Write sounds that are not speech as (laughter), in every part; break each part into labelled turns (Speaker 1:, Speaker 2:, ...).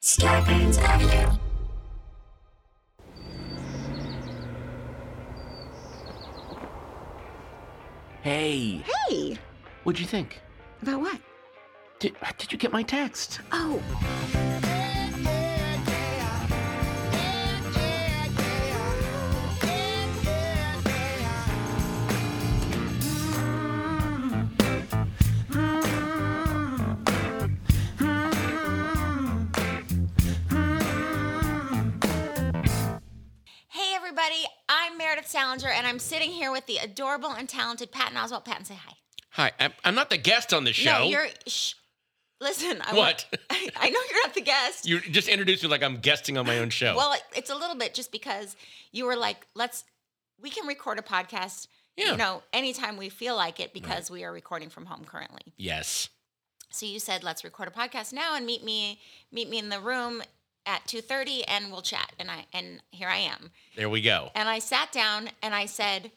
Speaker 1: Scarpins Avenue.
Speaker 2: Hey,
Speaker 3: Hey,
Speaker 2: what'd you think?
Speaker 3: about what?
Speaker 2: Did, did you get my text?
Speaker 3: Oh,
Speaker 1: Hey, everybody. I'm Meredith Salinger, and I'm sitting here with the adorable and talented Patton Oswalt. Patton, say hi.
Speaker 2: Hi, I'm, I'm not the guest on the show.
Speaker 1: No, you're. Shh. Listen. I
Speaker 2: (laughs) What?
Speaker 1: Want, (laughs) I, I know you're not the guest.
Speaker 2: You just introduced me like I'm guesting on my own show.
Speaker 1: Well, it- it's a little bit just because you were like, let's. We can record a podcast.
Speaker 2: Yeah.
Speaker 1: You know, anytime we feel like it, because we are recording from home currently.
Speaker 2: yes.
Speaker 1: So you said, let's record a podcast now and meet me. Meet me in the room at 2:30, and we'll chat. And I and here I am.
Speaker 2: There we go.
Speaker 1: And I sat down and I said,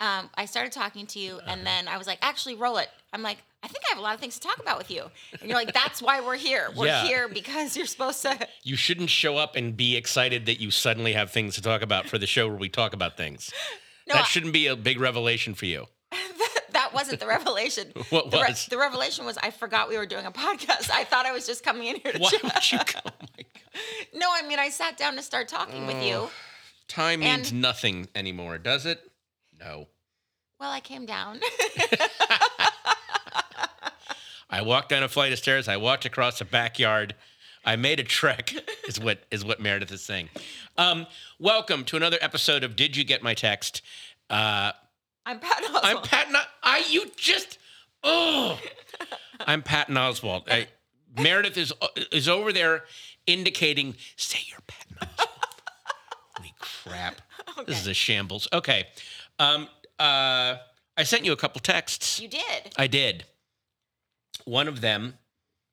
Speaker 1: um, I started talking to you, and then I was like, actually, roll it. I'm like, I think I have a lot of things to talk about with you. And you're like, that's why we're here. We're
Speaker 2: Yeah.
Speaker 1: here because you're supposed to. (laughs)
Speaker 2: You shouldn't show up and be excited that you suddenly have things to talk about for the show where we talk about things.
Speaker 1: (laughs) No,
Speaker 2: that
Speaker 1: I-
Speaker 2: shouldn't be a big revelation
Speaker 1: (laughs)
Speaker 2: for you.
Speaker 1: that wasn't the revelation.
Speaker 2: (laughs) What
Speaker 1: the
Speaker 2: was?
Speaker 1: the revelation was I forgot we were doing a podcast. I thought I was just coming in here to
Speaker 2: Why
Speaker 1: chat.
Speaker 2: would you? Go? Oh my God.
Speaker 1: No, I mean I sat down to start talking with you.
Speaker 2: Time
Speaker 1: And-
Speaker 2: means nothing anymore, does it? No.
Speaker 1: Well, I came down. (laughs)
Speaker 2: I walked down a flight of stairs. I walked across a backyard. I made a
Speaker 1: (laughs)
Speaker 2: trek. Is what is what Meredith is saying. Um, welcome to another episode of Did You Get My Text? Uh,
Speaker 1: I'm Pat Oswalt.
Speaker 2: I'm Pat. No- I you just oh, I'm Patton Oswald. I, Meredith is is over there indicating. Say you're Patton Oswald. Holy crap! This is a shambles. Okay. Um, uh, I sent you a couple texts.
Speaker 1: You did.
Speaker 2: I did. One of them,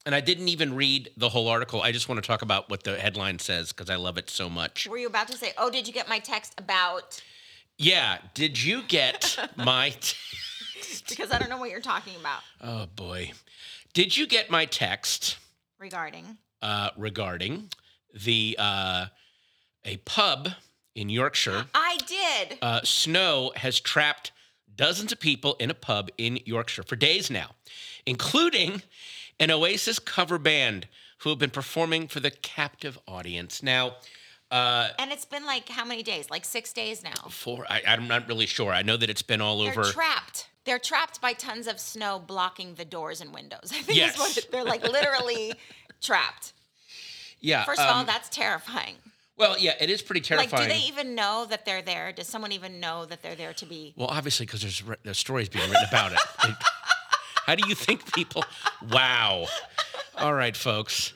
Speaker 2: and I didn't even read the whole article. I just want to talk about what the headline says because I love it so much.
Speaker 1: Were you about to say, oh, did you get my text about?
Speaker 2: Yeah. Did you get my. T-
Speaker 1: Because I don't know what you're talking about
Speaker 2: oh, boy. Did you get my text
Speaker 1: regarding.
Speaker 2: uh, regarding the uh, a pub in Yorkshire?
Speaker 1: I did.
Speaker 2: uh, snow has trapped dozens of people in a pub in Yorkshire for days now, including an Oasis cover band who have been performing for the captive audience. Now, uh,
Speaker 1: And it's been like how many days? Like six days now.
Speaker 2: for I, I'm not really sure. I know that it's been all
Speaker 1: They're
Speaker 2: over.
Speaker 1: trapped. They're trapped by tons of snow blocking the doors and windows. (laughs) I think is what
Speaker 2: Yes.
Speaker 1: it- they're like
Speaker 2: (laughs)
Speaker 1: literally trapped.
Speaker 2: yeah.
Speaker 1: First of all,
Speaker 2: um,
Speaker 1: that's terrifying.
Speaker 2: well, yeah, it is pretty
Speaker 1: Like, do
Speaker 2: terrifying.
Speaker 1: they even know that they're there? Does someone even know that they're there to be?
Speaker 2: Well, obviously, because there's, re- there's stories being written
Speaker 1: (laughs)
Speaker 2: about it. Like, How do you think people? Wow. All right, folks.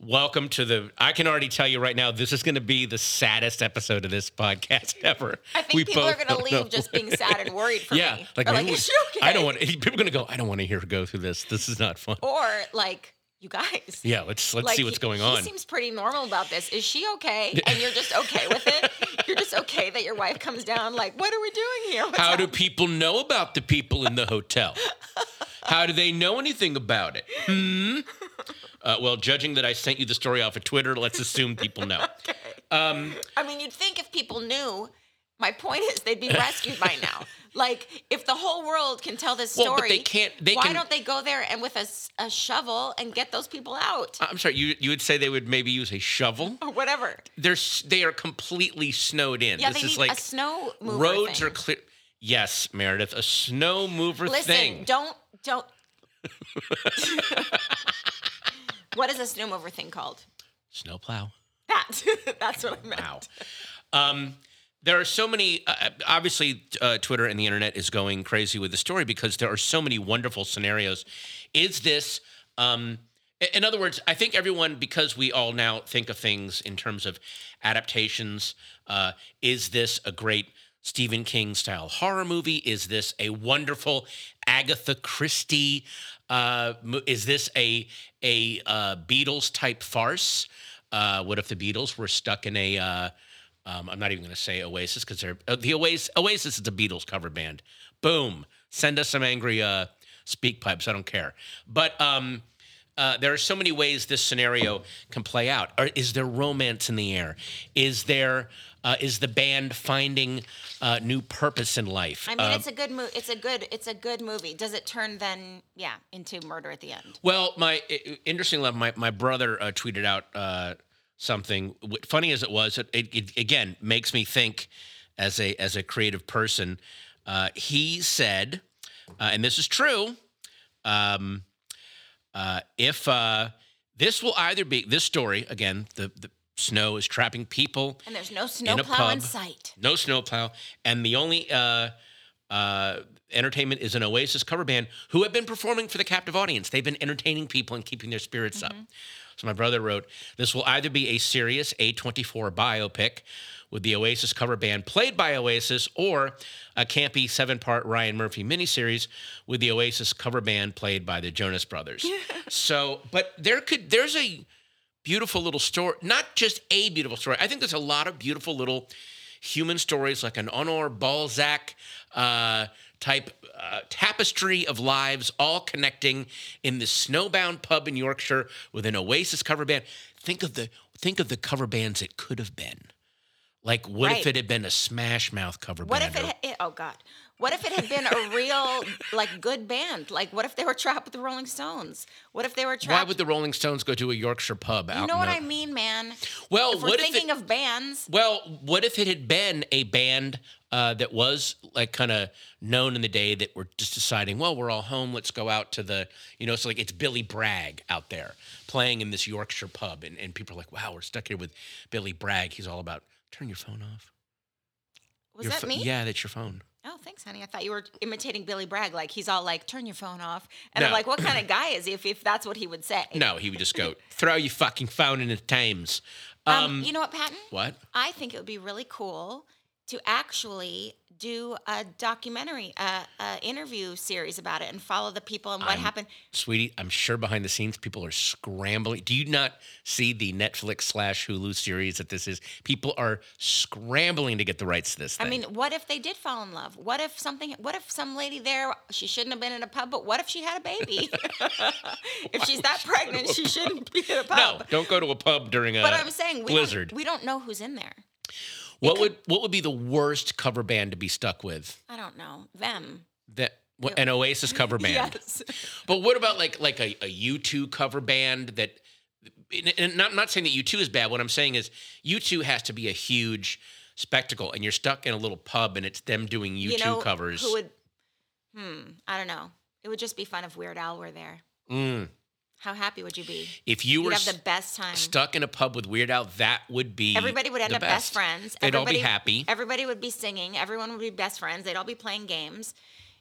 Speaker 2: Welcome to the. I can already tell you right now, this is going to be the saddest episode of this podcast (laughs) ever.
Speaker 1: I think
Speaker 2: We
Speaker 1: people are
Speaker 2: both
Speaker 1: going to
Speaker 2: don't
Speaker 1: leave
Speaker 2: know
Speaker 1: just
Speaker 2: what-
Speaker 1: being sad and worried for
Speaker 2: (laughs) yeah,
Speaker 1: me.
Speaker 2: like,
Speaker 1: They're
Speaker 2: maybe
Speaker 1: (laughs) is she
Speaker 2: we-
Speaker 1: okay?
Speaker 2: I don't want (laughs) people are going to go. I don't want to hear her go through this. This is not fun.
Speaker 1: Or like, you guys.
Speaker 2: Yeah, let's let's
Speaker 1: like,
Speaker 2: see what's
Speaker 1: he-
Speaker 2: going
Speaker 1: he
Speaker 2: on.
Speaker 1: seems pretty normal about this. Is she okay? And you're just okay with it? You're just okay that your wife comes down like, what are we doing
Speaker 2: (laughs)
Speaker 1: here? What's
Speaker 2: How do
Speaker 1: happening?"
Speaker 2: people know about the people in the hotel? How do they know anything about it? Hmm? Uh, well, judging that I sent you the story off of Twitter, let's assume people
Speaker 1: (laughs)
Speaker 2: know. Um,
Speaker 1: I mean, you'd think if people knew, my point is they'd
Speaker 2: (laughs)
Speaker 1: be rescued by now. Like, if the whole world can tell this story,
Speaker 2: Well, but they can't- they
Speaker 1: why
Speaker 2: can-
Speaker 1: don't they go there and with a, s- a shovel and get those people out
Speaker 2: I'm sorry, you, you would say they would maybe use a shovel?
Speaker 1: (laughs) or whatever?
Speaker 2: They're, s- they are completely snowed in.
Speaker 1: Yeah,
Speaker 2: this
Speaker 1: they
Speaker 2: is
Speaker 1: need
Speaker 2: like
Speaker 1: a snow mover.
Speaker 2: roads
Speaker 1: thing.
Speaker 2: are clear. Yes, Meredith, a snow mover
Speaker 1: Listen,
Speaker 2: thing.
Speaker 1: don't
Speaker 2: (laughs)
Speaker 1: don't. (laughs) what is a snow mover thing called?
Speaker 2: Snow plow.
Speaker 1: That. (laughs) That's what I meant.
Speaker 2: Wow. Um, there are so many. Uh, obviously, uh, Twitter and the internet is going crazy with the story because there are so many wonderful scenarios. Is this um, I- In other words, I think everyone, because we all now think of things in terms of adaptations, uh, is this a great Stephen King style horror movie? Is this a wonderful Agatha Christie? Uh, mo- is this a a uh, Beatles type farce? Uh, what if the Beatles were stuck in a? Uh, um, I'm not even going to say Oasis because they're uh, the Oasis. Oasis is a Beatles cover band. Boom! Send us some angry uh, speak pipes. I don't care. But um, uh, there are so many ways this scenario can play out. Or is there romance in the air? Is there uh, is the band finding uh, new purpose in life?
Speaker 1: I mean, it's a good movie. It's a good. It's a good movie. Does it turn then? Yeah, into murder at the end.
Speaker 2: Well, my interesting enough, my my brother uh, tweeted out uh, something. Wh- Funny as it was, it, it, it again makes me think as a as a creative person. Uh, he said, uh, and this is true. Um, uh, if uh, this will either be this story again, the the snow is trapping people.
Speaker 1: And there's no
Speaker 2: a
Speaker 1: snowplow in
Speaker 2: pub.
Speaker 1: sight.
Speaker 2: No snowplow, and the only uh, uh, entertainment is an Oasis cover band who have been performing for the captive audience. They've been entertaining people and keeping their spirits up. So my brother wrote, "This will either be a serious A24 biopic." With the Oasis cover band played by Oasis, or a campy seven part Ryan Murphy miniseries with the Oasis cover band played by the Jonas Brothers. so, but there could, there's a, beautiful little story, not just a beautiful story. I think there's a lot of beautiful little human stories, like an Honor Balzac uh, type uh, tapestry of lives, all connecting in this snowbound pub in Yorkshire with an Oasis cover band. Think of the think of the cover bands it could have been. Like, what if
Speaker 1: Right.
Speaker 2: it had been a Smash Mouth cover
Speaker 1: What
Speaker 2: band?
Speaker 1: if it,
Speaker 2: or-
Speaker 1: ha- it? Oh God. What if it had been a real, like, good band? Like, what if they were trapped with the Rolling Stones? What if they were trapped?
Speaker 2: why would the Rolling Stones go to a Yorkshire pub?
Speaker 1: you know what I mean, man?
Speaker 2: Well,
Speaker 1: If we're
Speaker 2: what if it,
Speaker 1: thinking of bands,
Speaker 2: Well, what if it had been a band uh, that was like kind of known in the day that were just deciding, well, we're all home, let's go out to the, you know, it's like it's Billy Bragg out there playing in this Yorkshire pub, and, and people are like, wow, we're stuck here with Billy Bragg. He's all about turn your phone off.
Speaker 1: was
Speaker 2: Your
Speaker 1: that
Speaker 2: pho-
Speaker 1: me?
Speaker 2: Yeah, that's your phone.
Speaker 1: Oh, thanks, honey. I thought you were imitating Billy Bragg. Like he's all like, "Turn your phone off," and I'm
Speaker 2: No.
Speaker 1: like, "What kind of guy is he? If, if that's what he would say?"
Speaker 2: No, he would just go throw your fucking phone in the Thames.
Speaker 1: Um,
Speaker 2: Um,
Speaker 1: you know what, Patton?
Speaker 2: what?
Speaker 1: I think it would be really cool to actually do a documentary, uh, uh, interview series about it, and follow the people and what happened.
Speaker 2: Sweetie, I'm sure behind the scenes people are scrambling. Do you not see the Netflix slash Hulu series that this is? People are scrambling to get the rights to this thing.
Speaker 1: I mean, what if they did fall in love? What if something? What if some lady there? She shouldn't have been in a pub, but what if she had a
Speaker 2: (laughs)
Speaker 1: baby? (laughs) if she's that pregnant, she shouldn't be in a pub.
Speaker 2: no, don't go to a pub during a
Speaker 1: But I'm saying we
Speaker 2: blizzard.
Speaker 1: Don't, we don't know who's in there.
Speaker 2: what would what would be the worst cover band to be stuck with?
Speaker 1: I don't know them.
Speaker 2: That wh- an Oasis
Speaker 1: (laughs)
Speaker 2: cover band.
Speaker 1: Yes.
Speaker 2: But what about like like a, a U2 cover band that and- and not not saying that U2 is bad. What I'm saying is U2 has to be a huge spectacle and you're stuck in a little pub and it's them doing U2
Speaker 1: you know,
Speaker 2: covers.
Speaker 1: Who would? Hmm. I don't know. It would just be fun if Weird Al were there.
Speaker 2: Mm.
Speaker 1: How happy would you be?
Speaker 2: If you
Speaker 1: You'd
Speaker 2: were
Speaker 1: have the
Speaker 2: s-
Speaker 1: best time.
Speaker 2: stuck in a pub with Weird Al, that would be
Speaker 1: Everybody would end
Speaker 2: the
Speaker 1: up best, friends.
Speaker 2: They'd all
Speaker 1: everybody,
Speaker 2: be happy.
Speaker 1: Everybody would be singing. Everyone would be best friends. They'd all be playing games.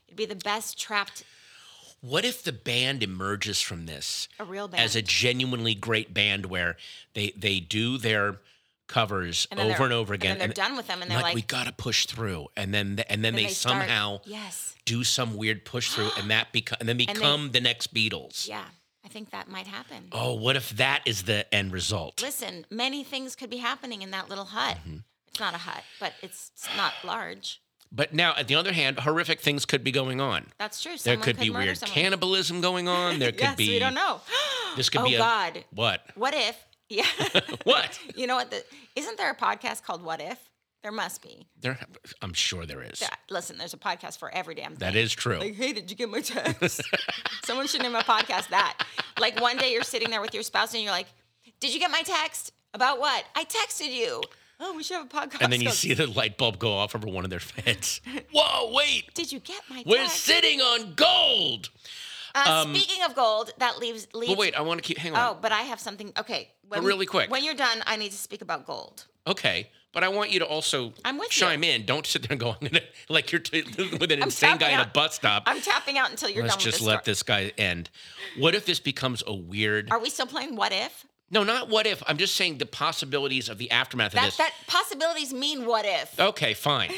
Speaker 1: It'd be the best trapped
Speaker 2: What if the band emerges from this
Speaker 1: a real band.
Speaker 2: as a genuinely great band where they they do their covers
Speaker 1: And then
Speaker 2: over
Speaker 1: they're-
Speaker 2: and over again
Speaker 1: And then they're done with them, and they're
Speaker 2: like,
Speaker 1: like,
Speaker 2: we gotta push through and then the, and then
Speaker 1: then
Speaker 2: they,
Speaker 1: start-
Speaker 2: somehow
Speaker 1: yes,
Speaker 2: do some weird push through
Speaker 1: (gasps)
Speaker 2: and that become and then
Speaker 1: they-
Speaker 2: become the next Beatles.
Speaker 1: yeah. I think that might happen.
Speaker 2: Oh, what if that is the end result?
Speaker 1: Listen, many things could be happening in that little hut.
Speaker 2: Mm-hmm.
Speaker 1: It's not a hut, but it's, it's not large.
Speaker 2: But now, on the other hand, horrific things could be going on.
Speaker 1: That's true.
Speaker 2: There
Speaker 1: Someone
Speaker 2: could, be
Speaker 1: murder
Speaker 2: weird
Speaker 1: someone.
Speaker 2: cannibalism going on.
Speaker 1: (laughs)
Speaker 2: There could
Speaker 1: yes,
Speaker 2: be
Speaker 1: we don't know. (gasps)
Speaker 2: This could
Speaker 1: oh
Speaker 2: be a
Speaker 1: God.
Speaker 2: what?
Speaker 1: (laughs) What
Speaker 2: (laughs)
Speaker 1: if? Yeah.
Speaker 2: What?
Speaker 1: (laughs) you know what? The, isn't there a podcast called What If? There must be.
Speaker 2: There, I'm sure there is.
Speaker 1: Yeah, Listen, there's a podcast for every damn thing.
Speaker 2: That is true.
Speaker 1: Like, hey, did you get my
Speaker 2: (laughs)
Speaker 1: text? Someone should name a podcast that. Like one day you're sitting there with your spouse and you're like, did you get my text? About what? I texted you. Oh, we should have a podcast.
Speaker 2: and then you
Speaker 1: called,
Speaker 2: see the light bulb go off over
Speaker 1: (laughs)
Speaker 2: one of their feds. Whoa, wait,
Speaker 1: Did you get my
Speaker 2: we're
Speaker 1: text?
Speaker 2: sitting on gold.
Speaker 1: Uh,
Speaker 2: Um,
Speaker 1: speaking of gold, that leaves leaves.
Speaker 2: But wait, I want to keep. Hang on.
Speaker 1: Oh, but I have something. Okay. When,
Speaker 2: really quick.
Speaker 1: When you're done, I need to speak about gold.
Speaker 2: Okay, but I want you to also
Speaker 1: Oh. I'm with
Speaker 2: chime in. Don't sit there and go "I'm gonna-" (laughs) like you're t- with an
Speaker 1: I'm
Speaker 2: insane guy
Speaker 1: tapping
Speaker 2: at a
Speaker 1: out.
Speaker 2: bus stop.
Speaker 1: I'm tapping out until you're
Speaker 2: Let's
Speaker 1: done
Speaker 2: just
Speaker 1: with this.
Speaker 2: let
Speaker 1: story.
Speaker 2: this guy end. What if this becomes a weird?
Speaker 1: Are we still playing what if?
Speaker 2: no, not what if. I'm just saying the possibilities of the aftermath of
Speaker 1: That
Speaker 2: this.
Speaker 1: that possibilities mean what if?
Speaker 2: Okay, fine.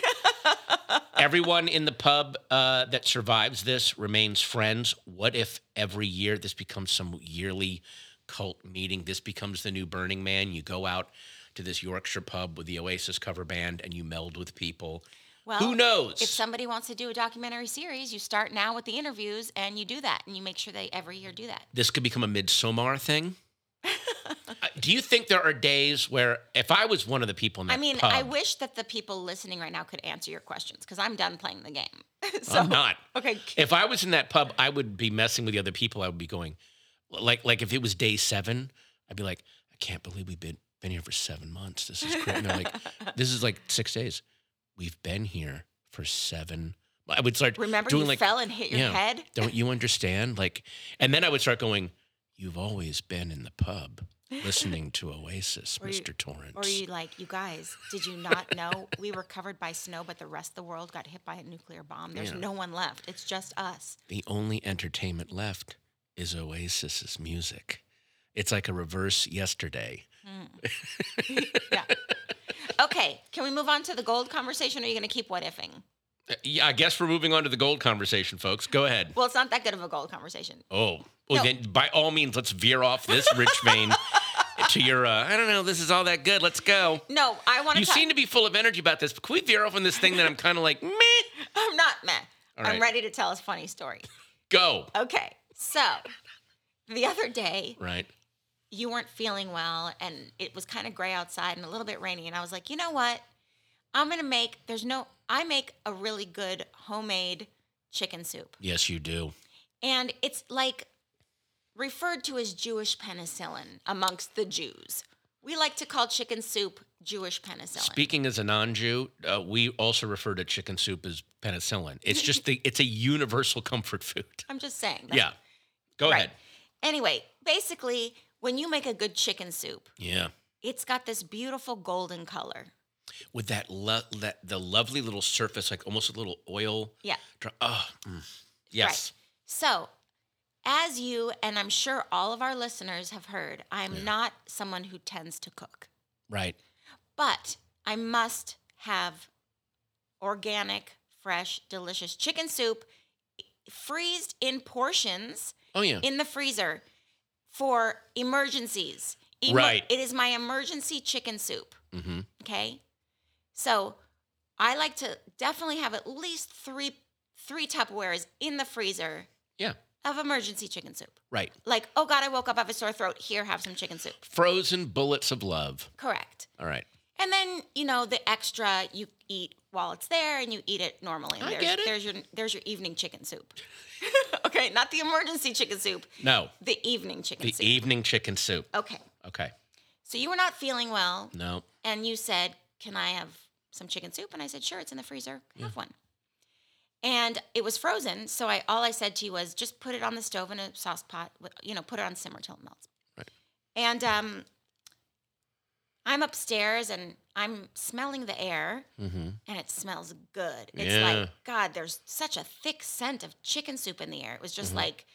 Speaker 2: (laughs) Everyone in the pub uh, that survives this remains friends. What if every year this becomes some yearly cult meeting? This becomes the new Burning Man. You go out to this Yorkshire pub with the Oasis cover band and you meld with people.
Speaker 1: Well,
Speaker 2: Who knows?
Speaker 1: If somebody wants to do a documentary series, you start now with the interviews and you do that and you make sure they every year do that.
Speaker 2: this could become a Midsommar thing. (laughs) Uh, Do you think there are days where, if I was one of the people in that
Speaker 1: I mean,
Speaker 2: pub,
Speaker 1: I wish that the people listening right now could answer your questions because I'm done playing the game. (laughs) so,
Speaker 2: I'm not.
Speaker 1: okay.
Speaker 2: If I was in that pub, I would be messing with the other people. I would be going, like, like if it was day seven, I'd be like, I can't believe we've been been here for seven months. This is crazy. And they're like, (laughs) this is like six days. We've been here for seven. I would start
Speaker 1: Remember
Speaker 2: doing
Speaker 1: you
Speaker 2: like,
Speaker 1: fell and hit your
Speaker 2: yeah.
Speaker 1: head?
Speaker 2: (laughs) don't you understand? Like, and then I would start going, you've always been in the
Speaker 1: (laughs)
Speaker 2: pub listening to Oasis,
Speaker 1: Or you-
Speaker 2: Mr. Torrance.
Speaker 1: Or are you like, you guys, did you not know we were covered by snow, but the rest of the world got hit by a nuclear bomb? There's
Speaker 2: Yeah.
Speaker 1: no one left. It's just us.
Speaker 2: the only entertainment left is Oasis's music. It's like a reverse yesterday.
Speaker 1: Yeah. okay. Can we move on to the gold conversation? Or are you going to keep what ifing?
Speaker 2: Uh, Yeah, I guess we're moving on to the gold conversation, folks. Go ahead.
Speaker 1: Well, it's not that good of a gold conversation.
Speaker 2: Oh,
Speaker 1: No.
Speaker 2: well, then by all means, let's veer off this rich
Speaker 1: (laughs)
Speaker 2: vein to your. Uh, I don't know. This is all that good. Let's go.
Speaker 1: No, I want
Speaker 2: You
Speaker 1: to talk.
Speaker 2: seem to be full of energy about this, but can we veer off on this thing that I'm kind of like (laughs) meh?
Speaker 1: I'm not meh.
Speaker 2: All
Speaker 1: I'm
Speaker 2: right.
Speaker 1: ready to tell a funny story.
Speaker 2: Go
Speaker 1: Okay. So the other day,
Speaker 2: right.
Speaker 1: you weren't feeling well and it was kind of gray outside and a little bit rainy and i was like you know what i'm gonna make there's no i make a really good homemade chicken soup
Speaker 2: Yes, you do.
Speaker 1: and it's like referred to as jewish penicillin amongst the jews we like to call chicken soup jewish penicillin
Speaker 2: Speaking as a non-Jew, uh, we also refer to chicken soup as penicillin. It's just the. It's a universal comfort food.
Speaker 1: (laughs) i'm just saying that's-
Speaker 2: Yeah. Go
Speaker 1: right.
Speaker 2: ahead.
Speaker 1: anyway basically when you make a good chicken soup
Speaker 2: Yeah.
Speaker 1: it's got this beautiful golden color
Speaker 2: With that lo- that the lovely little surface, like almost a little oil.
Speaker 1: yeah
Speaker 2: dr- Oh, mm. yes.
Speaker 1: So, as you and I'm sure all of our listeners have heard, I'm not someone who tends to cook,
Speaker 2: Right.
Speaker 1: but I must have organic, fresh, delicious chicken soup freezed in portions
Speaker 2: Oh yeah.
Speaker 1: in the freezer for emergencies. Emer-
Speaker 2: Right.
Speaker 1: It is my emergency chicken soup.
Speaker 2: mm-hmm.
Speaker 1: Okay. So I like to definitely have at least three three Tupperwares in the freezer
Speaker 2: Yeah.
Speaker 1: of emergency chicken soup.
Speaker 2: Right.
Speaker 1: Like, oh God, I woke up, I have a sore throat. Here, have some chicken soup.
Speaker 2: Frozen bullets of love.
Speaker 1: Correct.
Speaker 2: All right.
Speaker 1: And then, you know, the extra you eat while it's there and you eat it normally. And
Speaker 2: I
Speaker 1: there's,
Speaker 2: get it.
Speaker 1: there's your there's your evening chicken soup. (laughs) okay, not the emergency chicken soup,
Speaker 2: No.
Speaker 1: the evening chicken
Speaker 2: The e-
Speaker 1: soup.
Speaker 2: evening chicken soup.
Speaker 1: okay.
Speaker 2: Okay.
Speaker 1: So you were not feeling well
Speaker 2: No.
Speaker 1: and you said, "Can I have some chicken soup?" And I said, "Sure, it's in the freezer. Have one." And it was frozen, so I all I said to you was, "Just put it on the stove in a sauce pot. with- You know, put it on simmer till it melts."
Speaker 2: Right.
Speaker 1: And um, I'm upstairs and I'm smelling the air,
Speaker 2: Mm-hmm.
Speaker 1: and it smells good. It's
Speaker 2: Yeah.
Speaker 1: like God, there's such a thick scent of chicken soup in the air. It was
Speaker 2: Mm-hmm.
Speaker 1: just like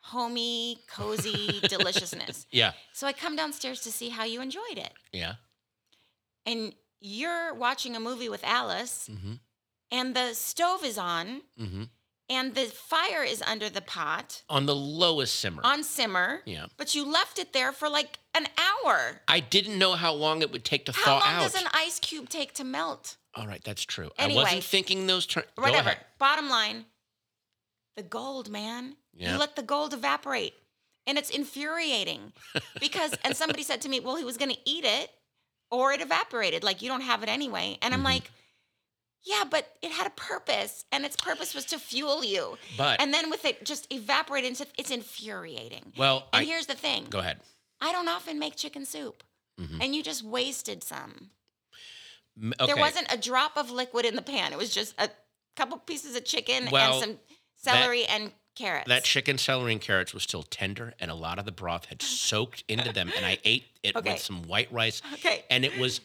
Speaker 1: homey,
Speaker 2: (laughs)
Speaker 1: cozy deliciousness.
Speaker 2: Yeah.
Speaker 1: So I come downstairs to see how you enjoyed it
Speaker 2: Yeah.
Speaker 1: and you're watching a movie with Alice,
Speaker 2: Mm-hmm.
Speaker 1: and the stove is on,
Speaker 2: Mm-hmm.
Speaker 1: and the fire is under the pot
Speaker 2: On the lowest simmer.
Speaker 1: on simmer.
Speaker 2: yeah.
Speaker 1: But you left it there for like an hour.
Speaker 2: I didn't know how long it would take to
Speaker 1: How
Speaker 2: thaw
Speaker 1: long
Speaker 2: out.
Speaker 1: does an ice cube take to melt?
Speaker 2: All right, that's true. I
Speaker 1: Anyway.
Speaker 2: wasn't thinking those terms.
Speaker 1: Whatever. Bottom line, the gold, man.
Speaker 2: Yeah.
Speaker 1: You let the gold evaporate. And it's
Speaker 2: (laughs)
Speaker 1: infuriating because, and somebody said to me, well, he was going to eat it or it evaporated. Like, you don't have it anyway. And I'm
Speaker 2: Mhm.
Speaker 1: like, yeah, but it had a purpose and its purpose was to fuel you.
Speaker 2: But
Speaker 1: And then with it just evaporated into, it's infuriating.
Speaker 2: well,
Speaker 1: And
Speaker 2: I
Speaker 1: here's the thing
Speaker 2: go ahead.
Speaker 1: I don't often make chicken soup.
Speaker 2: Mhm.
Speaker 1: And you just wasted some.
Speaker 2: M- Okay.
Speaker 1: There wasn't a drop of liquid in the pan. It was just a couple pieces of chicken and
Speaker 2: Well,
Speaker 1: some celery and carrots.
Speaker 2: That chicken, celery, and carrots was still tender, and a lot of the broth had soaked into them. And
Speaker 1: (laughs)
Speaker 2: I ate it
Speaker 1: Okay.
Speaker 2: with some white rice,
Speaker 1: Okay.
Speaker 2: and it was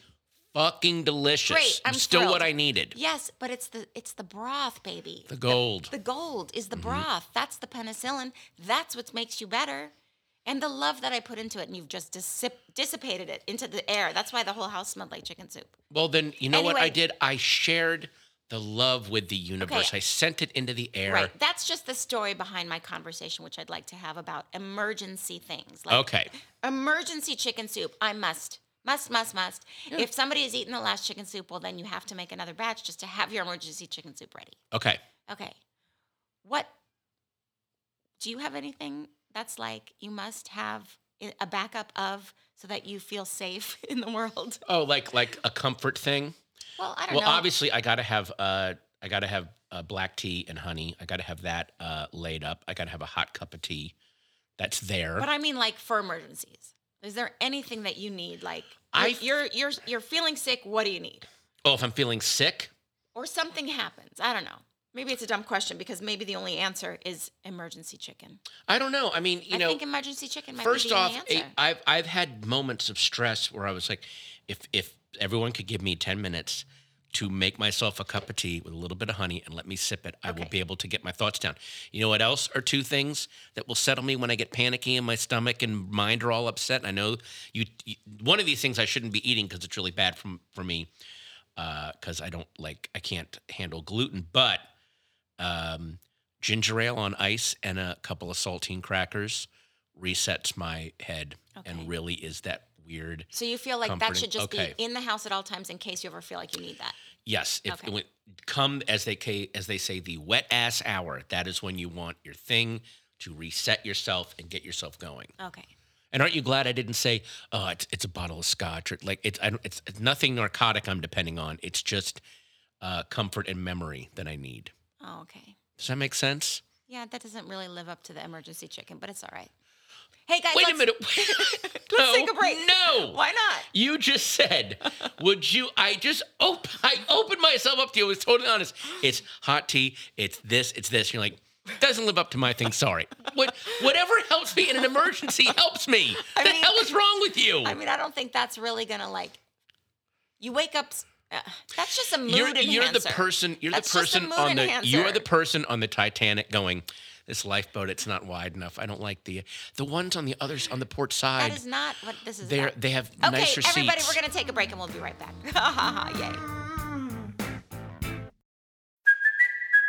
Speaker 2: fucking delicious.
Speaker 1: Great, I'm
Speaker 2: still
Speaker 1: thrilled.
Speaker 2: what I needed.
Speaker 1: yes, but it's the it's the broth, baby.
Speaker 2: The Mm-hmm. gold.
Speaker 1: The gold is the broth. That's the penicillin. That's what makes you better. And the love that I put into it, and you've just dissip- dissipated it into the air. That's why the whole house smelled like chicken soup.
Speaker 2: well, then you know what I
Speaker 1: Anyway.
Speaker 2: did? I shared the love with the universe. I sent it into the air.
Speaker 1: Right. That's just the story behind my conversation, which I'd like to have about emergency things. Like
Speaker 2: Okay.
Speaker 1: emergency chicken soup. I must. Must, must, must. If somebody has eaten the last chicken soup, well, then you have to make another batch just to have your emergency chicken soup ready.
Speaker 2: Okay.
Speaker 1: Okay. What do you have anything that's like you must have i- a backup of so that you feel safe (laughs) in the world?
Speaker 2: Oh, like like a comfort thing.
Speaker 1: Well, I don't
Speaker 2: Well,
Speaker 1: know.
Speaker 2: obviously, I gotta have uh, I gotta have uh, black tea and honey. I gotta have that uh, laid up. I gotta have a hot cup of tea. That's there.
Speaker 1: But I mean, like for emergencies. Is there anything that you need? Like,
Speaker 2: I
Speaker 1: you're-
Speaker 2: f-
Speaker 1: you're you're you're feeling sick. What do you need?
Speaker 2: oh, if I'm feeling sick,
Speaker 1: Or something happens. I don't know. Maybe it's a dumb question because maybe the only answer is emergency chicken.
Speaker 2: I don't know. I mean, you
Speaker 1: I
Speaker 2: know,
Speaker 1: think emergency chicken might be
Speaker 2: first
Speaker 1: the
Speaker 2: off,
Speaker 1: only
Speaker 2: i
Speaker 1: answer.
Speaker 2: I've I've had moments of stress where I was like, if if everyone could give me ten minutes to make myself a cup of tea with a little bit of honey and let me sip it, I will
Speaker 1: Okay.
Speaker 2: be able to get my thoughts down. You know what else are two things that will settle me when I get panicky and my stomach and mind are all upset. And I know you, you one of these things I shouldn't be eating because it's really bad for for me because I don't like I can't handle gluten, but um, ginger ale on ice and a couple of saltine crackers resets my head
Speaker 1: Okay.
Speaker 2: and really is that weird.
Speaker 1: so you feel like that
Speaker 2: comforting.
Speaker 1: should just
Speaker 2: Okay.
Speaker 1: be in the house at all times in case you ever feel like you need that.
Speaker 2: Yes, if
Speaker 1: Okay.
Speaker 2: when, come as they ca- as they say the wet ass hour, that is when you want your thing to reset yourself and get yourself going.
Speaker 1: Okay.
Speaker 2: And aren't you glad I didn't say, "Oh, it's, it's a bottle of scotch"? Or like it's I don't, it's it's nothing narcotic I'm depending on. It's just uh, comfort and memory that I need.
Speaker 1: Oh, okay.
Speaker 2: Does that make sense?
Speaker 1: Yeah, that doesn't really live up to the emergency chicken, but it's all right. Hey guys,
Speaker 2: Wait a
Speaker 1: let's-
Speaker 2: minute. (laughs)
Speaker 1: (laughs)
Speaker 2: no,
Speaker 1: Let's take a break.
Speaker 2: No.
Speaker 1: Why not?
Speaker 2: You just said, would you? I just op- I opened myself up to you. I was totally honest. It's hot tea. It's this. It's this. You're like, doesn't live up to my thing. Sorry. What, whatever helps me in an emergency helps me.
Speaker 1: I
Speaker 2: the
Speaker 1: mean-
Speaker 2: hell is wrong with you?
Speaker 1: I mean, I don't think that's really gonna like. You wake up. s- Uh, that's just a mood
Speaker 2: you're,
Speaker 1: enhancer.
Speaker 2: you're the person. You're
Speaker 1: That's
Speaker 2: the
Speaker 1: just a
Speaker 2: person
Speaker 1: mood
Speaker 2: on the. You are
Speaker 1: enhancer.
Speaker 2: the person on the Titanic going. This lifeboat, it's not wide enough. I don't like the the ones on the others on the port side.
Speaker 1: That is not what this is.
Speaker 2: they're
Speaker 1: about.
Speaker 2: they have
Speaker 1: Okay,
Speaker 2: nicer seats.
Speaker 1: everybody, we're gonna take a break and we'll be right back. (laughs) Yay.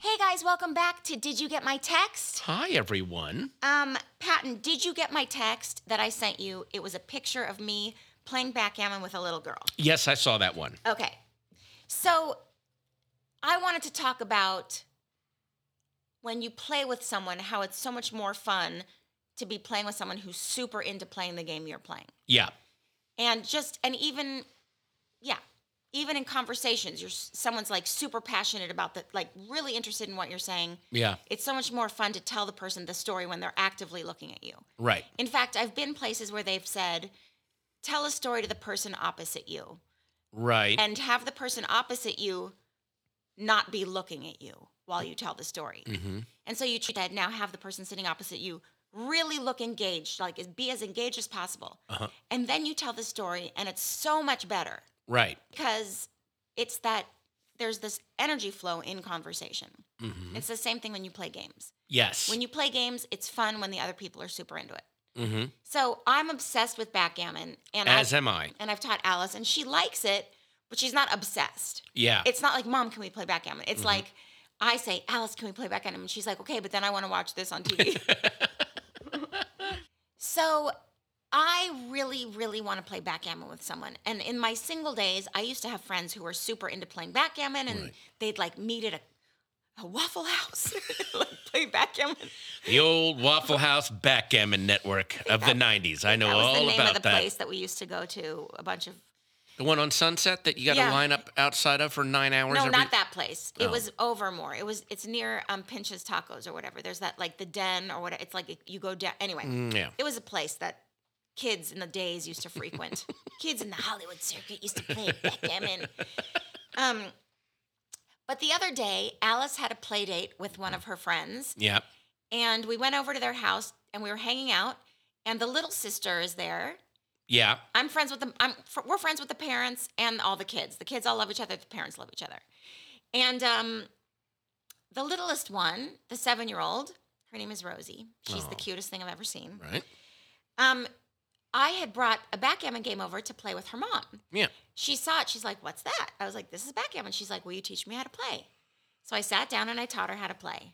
Speaker 1: Hey guys, welcome back to Did You Get My Text?
Speaker 2: Hi, everyone.
Speaker 1: Um, Patton, did you get my text that I sent you? It was a picture of me playing backgammon with a little girl.
Speaker 2: Yes, I saw that one.
Speaker 1: Okay. So I wanted to talk about when you play with someone, how it's so much more fun to be playing with someone who's super into playing the game you're playing.
Speaker 2: Yeah.
Speaker 1: And just, and even, yeah, even in conversations, you're, s- someone's like super passionate about that, like really interested in what you're saying.
Speaker 2: Yeah.
Speaker 1: It's so much more fun to tell the person the story when they're actively looking at you.
Speaker 2: Right.
Speaker 1: In fact, I've been places where they've said, tell a story to the person opposite you
Speaker 2: Right.
Speaker 1: and have the person opposite you not be looking at you while you tell the story. And so you treat that now have the person sitting opposite you really look engaged, like as- be as engaged as possible. And then you tell the story, and it's so much better
Speaker 2: right.
Speaker 1: because it's that there's this energy flow in conversation. It's the same thing when you play games.
Speaker 2: Yes.
Speaker 1: When you play games, it's fun when the other people are super into it.
Speaker 2: mm-hmm.
Speaker 1: So I'm obsessed with backgammon, and
Speaker 2: As
Speaker 1: I've,
Speaker 2: am I.
Speaker 1: and I've taught Alice, and she likes it, but she's not obsessed
Speaker 2: Yeah.
Speaker 1: it's not like mom can we play backgammon
Speaker 2: Mm-hmm.
Speaker 1: it's like i say alice can we play backgammon and
Speaker 2: (laughs)
Speaker 1: she's like okay but then i want to watch this on tv so I really, really want to play backgammon with someone. And in my single days, I used to have friends who were super into playing backgammon, and they'd like meet at a, a Waffle House, (laughs) like play backgammon.
Speaker 2: The old Waffle House backgammon network of the 90s. I know
Speaker 1: That was
Speaker 2: all
Speaker 1: the name of
Speaker 2: about
Speaker 1: the
Speaker 2: that.
Speaker 1: place that we used to go to. A bunch of
Speaker 2: The one on Sunset that you got to
Speaker 1: Yeah.
Speaker 2: line up outside of for nine hours.
Speaker 1: no,
Speaker 2: every-
Speaker 1: not that place.
Speaker 2: Oh.
Speaker 1: It was Overmore. It was it's near um, Pinch's Tacos or whatever. There's that like the Den or whatever. It's like you go down anyway.
Speaker 2: Mm, yeah.
Speaker 1: It was a place that kids in the days used to
Speaker 2: (laughs)
Speaker 1: frequent. kids in the Hollywood circuit used to play backgammon. Um, but the other day, Alice had a play date with one of her friends,
Speaker 2: Yeah.
Speaker 1: and we went over to their house and we were hanging out. And the little sister is there.
Speaker 2: Yeah.
Speaker 1: I'm friends with them. I'm fr- we're friends with the parents and all the kids. The kids all love each other. The parents love each other. And um, the littlest one, the seven-year-old, her name is Rosie. She's
Speaker 2: Aw.
Speaker 1: the cutest thing I've ever seen.
Speaker 2: Right.
Speaker 1: Um, I had brought a backgammon game over to play with her mom.
Speaker 2: Yeah.
Speaker 1: She saw it. She's like, "What's that?" I was like, "This is backgammon." She's like, "Will you teach me how to play?" So I sat down and I taught her how to play.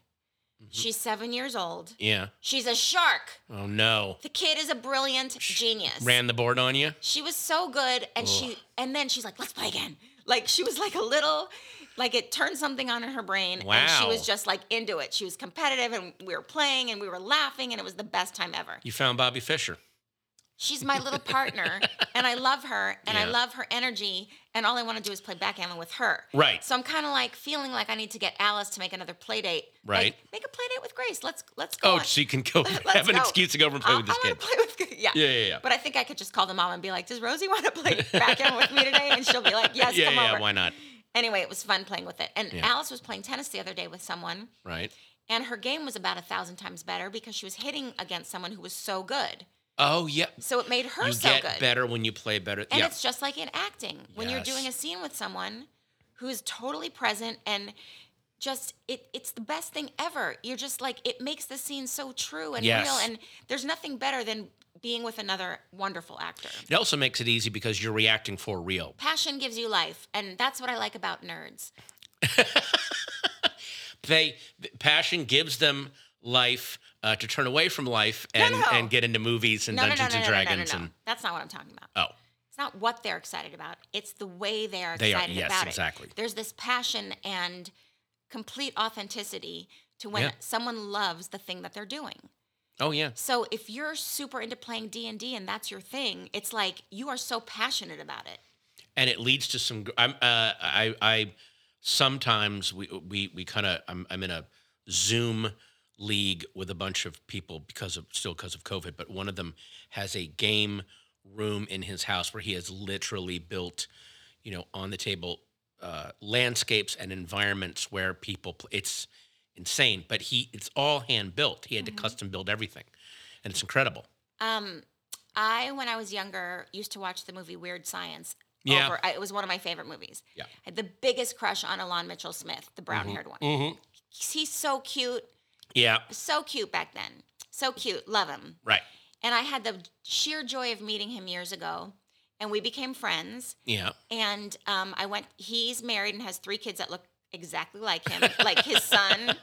Speaker 1: She's seven years old.
Speaker 2: Yeah.
Speaker 1: She's a shark.
Speaker 2: Oh, no.
Speaker 1: The kid is a brilliant genius.
Speaker 2: Ran the board on you?
Speaker 1: She was so good, and she and then she's like, "Let's play again." Like she was like a little, like it turned something on in her brain, and she
Speaker 2: Wow.
Speaker 1: was just like into it. She was competitive, and we were playing, and we were laughing, and it was the best time ever.
Speaker 2: You found Bobby Fisher.
Speaker 1: She's my little
Speaker 2: (laughs)
Speaker 1: partner, and I love her, and I
Speaker 2: Yeah.
Speaker 1: love her energy, and all I want to do is play backgammon with her.
Speaker 2: Right.
Speaker 1: So I'm kind of like feeling like I need to get Alice to make another play date.
Speaker 2: Right.
Speaker 1: Like, make a play date with Grace. Let's let's go.
Speaker 2: Oh,
Speaker 1: on. (laughs)
Speaker 2: so you can go
Speaker 1: Let's
Speaker 2: have an
Speaker 1: go.
Speaker 2: excuse to go over and play
Speaker 1: I-
Speaker 2: with this
Speaker 1: I
Speaker 2: kid.
Speaker 1: wanna Play with, yeah.
Speaker 2: Yeah, yeah, yeah.
Speaker 1: But I think I could just call the mom and be like, "Does Rosie want to play backgammon with me today?" And she'll be
Speaker 2: (laughs)
Speaker 1: like, "Yes,
Speaker 2: yeah,
Speaker 1: come
Speaker 2: yeah,
Speaker 1: over."
Speaker 2: why not?
Speaker 1: Anyway, it was fun playing with it. And
Speaker 2: Yeah.
Speaker 1: Alice was playing tennis the other day with someone,
Speaker 2: Right.
Speaker 1: and her game was about a thousand times better because she was hitting against someone who was so good.
Speaker 2: Oh, yeah.
Speaker 1: So it made her
Speaker 2: You
Speaker 1: so
Speaker 2: get
Speaker 1: good.
Speaker 2: better when you play better.
Speaker 1: And
Speaker 2: yeah.
Speaker 1: it's just like in acting. When you're doing a
Speaker 2: Yes.
Speaker 1: scene with someone who is totally present and just it it's the best thing ever. You're just like it makes the scene so true and real
Speaker 2: Yes.
Speaker 1: and there's nothing better than being with another wonderful actor.
Speaker 2: It also makes it easy because you're reacting for real.
Speaker 1: Passion gives you life and that's what I like about nerds.
Speaker 2: They th- passion gives them life uh, to turn away from life and,
Speaker 1: no.
Speaker 2: and get into movies and
Speaker 1: No, no, no,
Speaker 2: Dungeons
Speaker 1: no, no,
Speaker 2: and
Speaker 1: no, no, no,
Speaker 2: Dragons
Speaker 1: no, That's not what I'm talking about.
Speaker 2: and oh,
Speaker 1: It's not what they're excited about. It's the way they are
Speaker 2: They are-
Speaker 1: excited
Speaker 2: yes,
Speaker 1: about it.
Speaker 2: exactly.
Speaker 1: There's this passion and complete authenticity to when
Speaker 2: Yeah.
Speaker 1: someone loves the thing that they're doing.
Speaker 2: oh yeah,
Speaker 1: So if you're super into playing D and D and that's your thing, it's like you are so passionate about it.
Speaker 2: and it leads to some. gr- I'm, uh, I, I sometimes we we we kind of I'm, I'm in a Zoom league with a bunch of people because of still because of COVID, but one of them has a game room in his house where he has literally built, you know, on the table uh, landscapes and environments where people. Pl- it's insane, but he it's all hand built. He had to custom build everything, and it's incredible.
Speaker 1: Um, I when I was younger used to watch the movie Weird Science.
Speaker 2: Yeah.
Speaker 1: Over, I- it was one of my favorite movies.
Speaker 2: Yeah.
Speaker 1: I had the biggest crush on Alon Mitchell Smith, the brown-haired one.
Speaker 2: Mm-hmm.
Speaker 1: He's so cute,
Speaker 2: Yeah.
Speaker 1: so cute back then. So cute, love him.
Speaker 2: Right.
Speaker 1: And I had the sheer joy of meeting him years ago, and we became friends.
Speaker 2: Yeah.
Speaker 1: and um, I went. He's married and has three kids that look exactly like
Speaker 2: (laughs)
Speaker 1: him, like his son.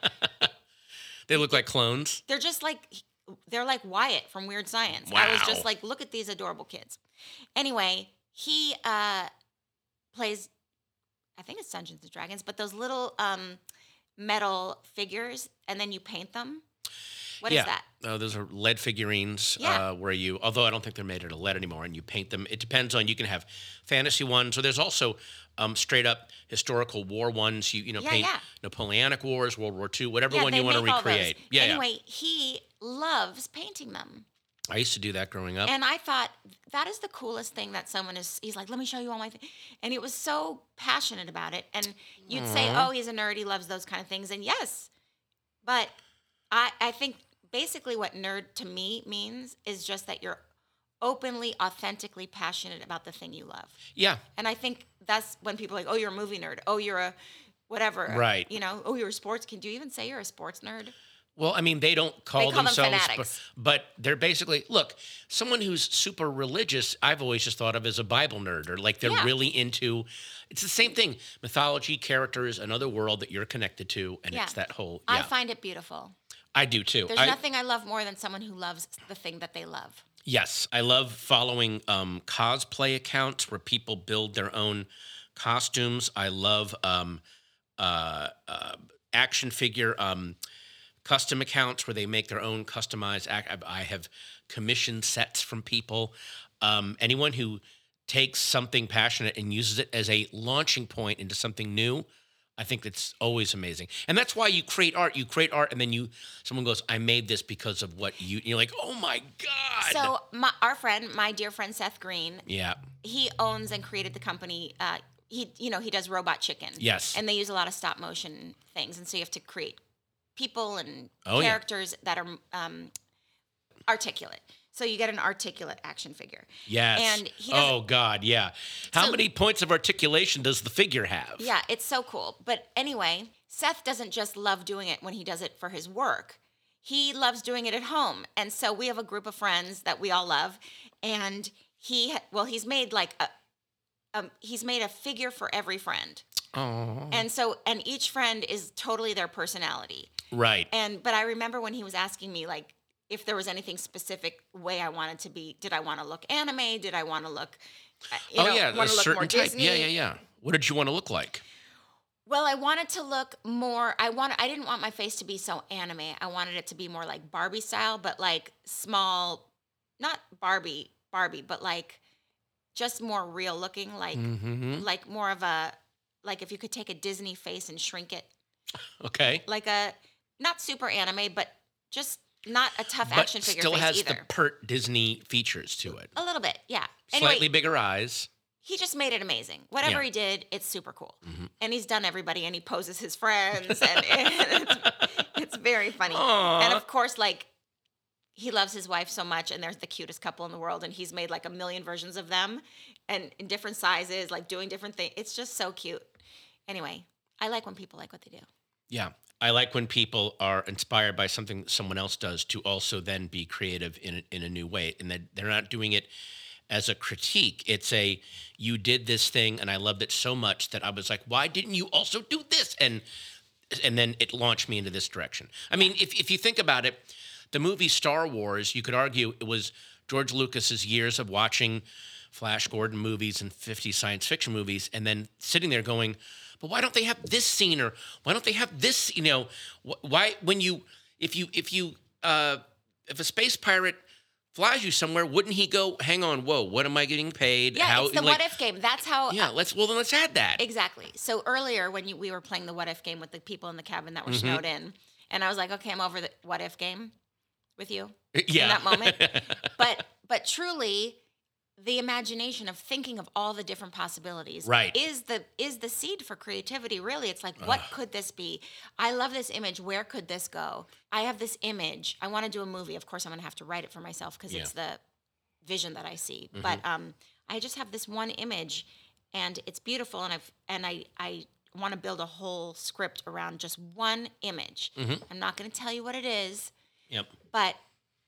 Speaker 2: They look like clones.
Speaker 1: They're just like they're like Wyatt from Weird Science. I was
Speaker 2: Wow.
Speaker 1: just like, look at these adorable kids. Anyway, he uh, plays. I think it's Dungeons and Dragons, but those little um, metal figures, and then you paint them. What is
Speaker 2: yeah.
Speaker 1: that?
Speaker 2: Uh, those are lead figurines
Speaker 1: Yeah.
Speaker 2: uh, where you, although I don't think they're made out of lead anymore, and you paint them. It depends on, you can have fantasy ones, or there's also um, straight up historical war ones. You, you know,
Speaker 1: Yeah,
Speaker 2: paint
Speaker 1: yeah.
Speaker 2: Napoleonic Wars, World War II, whatever one
Speaker 1: they
Speaker 2: you want to
Speaker 1: make all those.
Speaker 2: recreate. Yeah, yeah.
Speaker 1: Anyway, he loves painting them.
Speaker 2: I used to do that growing up.
Speaker 1: And I thought that is the coolest thing that someone is. He's like, "Let me show you all my things," and he was so passionate about it. And you'd say, "Oh, he's a nerd. He loves those kind of things." And yes, but I I think basically what nerd to me means is just that you're openly, authentically passionate about the thing you love.
Speaker 2: yeah.
Speaker 1: And I think that's when people are like, "Oh, you're a movie nerd. Oh, you're a whatever."
Speaker 2: Right.
Speaker 1: You know. Oh, you're a sports. Can do you even say you're a sports nerd?
Speaker 2: Well, I mean, they don't call,
Speaker 1: call them
Speaker 2: themselves, bu-
Speaker 1: fanatics.
Speaker 2: But, they're basically look. Someone who's super religious, I've always just thought of as a Bible nerd, or like they're
Speaker 1: Yeah.
Speaker 2: really into. It's the same thing: mythology, characters, another world that you're connected to, and
Speaker 1: Yeah.
Speaker 2: it's that whole. Yeah,
Speaker 1: I find it beautiful.
Speaker 2: I do too.
Speaker 1: There's
Speaker 2: I,
Speaker 1: nothing I love more than someone who loves the thing that they love.
Speaker 2: Yes, I love following um, cosplay accounts where people build their own costumes. I love um, uh, uh, action figure um, custom accounts where they make their own customized. Act- I- I have commissioned sets from people. Um, anyone who takes something passionate and uses it as a launching point into something new. I think it's always amazing, and that's why you create art. You create art, and then you, someone goes, "I made this because of what you." You're like, "Oh my god!"
Speaker 1: So my, our friend, my dear friend Seth Green,
Speaker 2: Yeah.
Speaker 1: he owns and created the company. Uh, he, you know, he does Robot Chicken.
Speaker 2: Yes.
Speaker 1: And they use a lot of stop motion things, and so you have to create people and
Speaker 2: Oh, yeah.
Speaker 1: characters that are um, articulate. So you get an articulate action figure.
Speaker 2: Yes.
Speaker 1: And he doesn't-
Speaker 2: oh God, yeah. How
Speaker 1: So-
Speaker 2: many points of articulation does the figure have?
Speaker 1: Yeah, it's so cool. But anyway, Seth doesn't just love doing it when he does it for his work. He loves doing it at home. And so we have a group of friends that we all love and he ha- well, he's made like a um, he's made a figure for every friend.
Speaker 2: Oh.
Speaker 1: And so and each friend is totally their personality.
Speaker 2: Right.
Speaker 1: And but I remember when he was asking me like if there was anything specific way I wanted to be, did I want to look anime? Did I want to look uh, you
Speaker 2: oh
Speaker 1: know,
Speaker 2: yeah, a
Speaker 1: want to look more
Speaker 2: certain type.
Speaker 1: Disney?
Speaker 2: Yeah, yeah, yeah. What did you want to look like?
Speaker 1: Well, I wanted to look more. I want. I didn't want my face to be so anime. I wanted it to be more like Barbie style, but like small, not Barbie, Barbie, but like just more real looking, like
Speaker 2: Mm-hmm.
Speaker 1: like more of a like if you could take a Disney face and shrink it,
Speaker 2: Okay.
Speaker 1: like a not super anime, but just not a tough
Speaker 2: But
Speaker 1: action figure
Speaker 2: still
Speaker 1: face
Speaker 2: has
Speaker 1: either.
Speaker 2: the pert Disney features to it.
Speaker 1: a little bit, yeah.
Speaker 2: Slightly
Speaker 1: Anyway,
Speaker 2: bigger eyes.
Speaker 1: he just made it amazing. Whatever
Speaker 2: Yeah. Mm-hmm.
Speaker 1: he did, it's super cool, and he's done everybody, and he poses his friends, and (laughs) it's, it's very funny. And
Speaker 2: Aw.
Speaker 1: of course, like he loves his wife so much, and they're the cutest couple in the world, and he's made like a million versions of them, and in different sizes, like doing different things. It's just so cute. Anyway, I like when people like what they do.
Speaker 2: Yeah. I like when people are inspired by something that someone else does to also then be creative in a, in a new way, and that they're not doing it as a critique. It's a you did this thing, and I loved it so much that I was like, why didn't you also do this? And and then it launched me into this direction. I mean, if if you think about it, the movie Star Wars, you could argue it was George Lucas's years of watching Flash Gordon movies and 50 science fiction movies and then sitting there going, "But why don't they have this scene or why don't they have this, you know, wh- why when you if you if you uh if a space pirate flies you somewhere, wouldn't he go, "Hang on, whoa, what am I getting paid?
Speaker 1: Yeah, it's the
Speaker 2: like,
Speaker 1: what if game. That's how.
Speaker 2: Yeah, let's well then let's add that.
Speaker 1: Exactly. So earlier, when you, we were playing the what if game with the people in the cabin that were
Speaker 2: Mm-hmm.
Speaker 1: snowed in, and I was like, okay, I'm over the what if game with you.
Speaker 2: (laughs) yeah.
Speaker 1: in that moment. but but truly, the imagination of thinking of all the different possibilities
Speaker 2: Right.
Speaker 1: is the is the seed for creativity. Really, it's like what could this be? I love this image. Where could this go? I have this image. I want to do a movie. Of course, I'm going to have to write it for myself because it's the vision that I see. But um, I just have this one image, and it's beautiful, and I've and I I want to build a whole script around just one image. I'm not going to tell you what it is
Speaker 2: Yep.
Speaker 1: but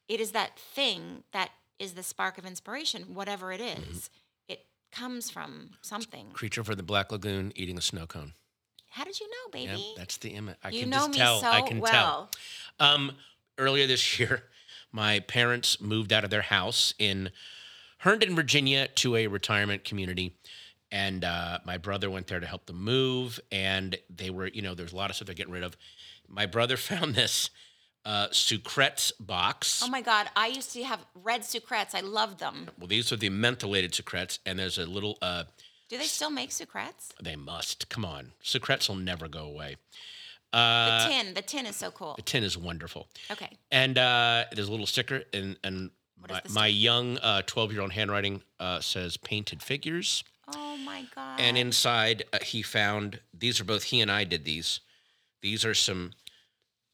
Speaker 1: it is that thing that is the spark of inspiration whatever it
Speaker 2: Mm-hmm.
Speaker 1: is. it comes from something
Speaker 2: Creature from the Black Lagoon eating a snow
Speaker 1: (laughs)
Speaker 2: cone.
Speaker 1: how did you know
Speaker 2: Yeah,
Speaker 1: baby
Speaker 2: that's the image. I
Speaker 1: you
Speaker 2: can
Speaker 1: know
Speaker 2: just
Speaker 1: me
Speaker 2: tell.
Speaker 1: so
Speaker 2: I can
Speaker 1: well
Speaker 2: tell. Um, earlier this year, (laughs) my parents moved out of their house in Herndon, Virginia, to a retirement community, and uh, my brother went there to help them move. And they were, you know, there's a lot of stuff they're getting rid of. My brother (laughs) found this uh, Sucrets box.
Speaker 1: oh my god i used to have red sucrets i loved them
Speaker 2: well, these are the mentholated Sucrets, and there's a little. Uh,
Speaker 1: do they still make sucrets
Speaker 2: they must come on. Sucrets will never go away. Uh,
Speaker 1: the tin the tin is so cool
Speaker 2: The tin is wonderful.
Speaker 1: okay
Speaker 2: And uh, there's a little sticker, and and
Speaker 1: is
Speaker 2: my,
Speaker 1: the
Speaker 2: my young uh, 12 year old handwriting uh, says painted figures.
Speaker 1: oh my god
Speaker 2: And inside, uh, he found these are both he and I did these. These are some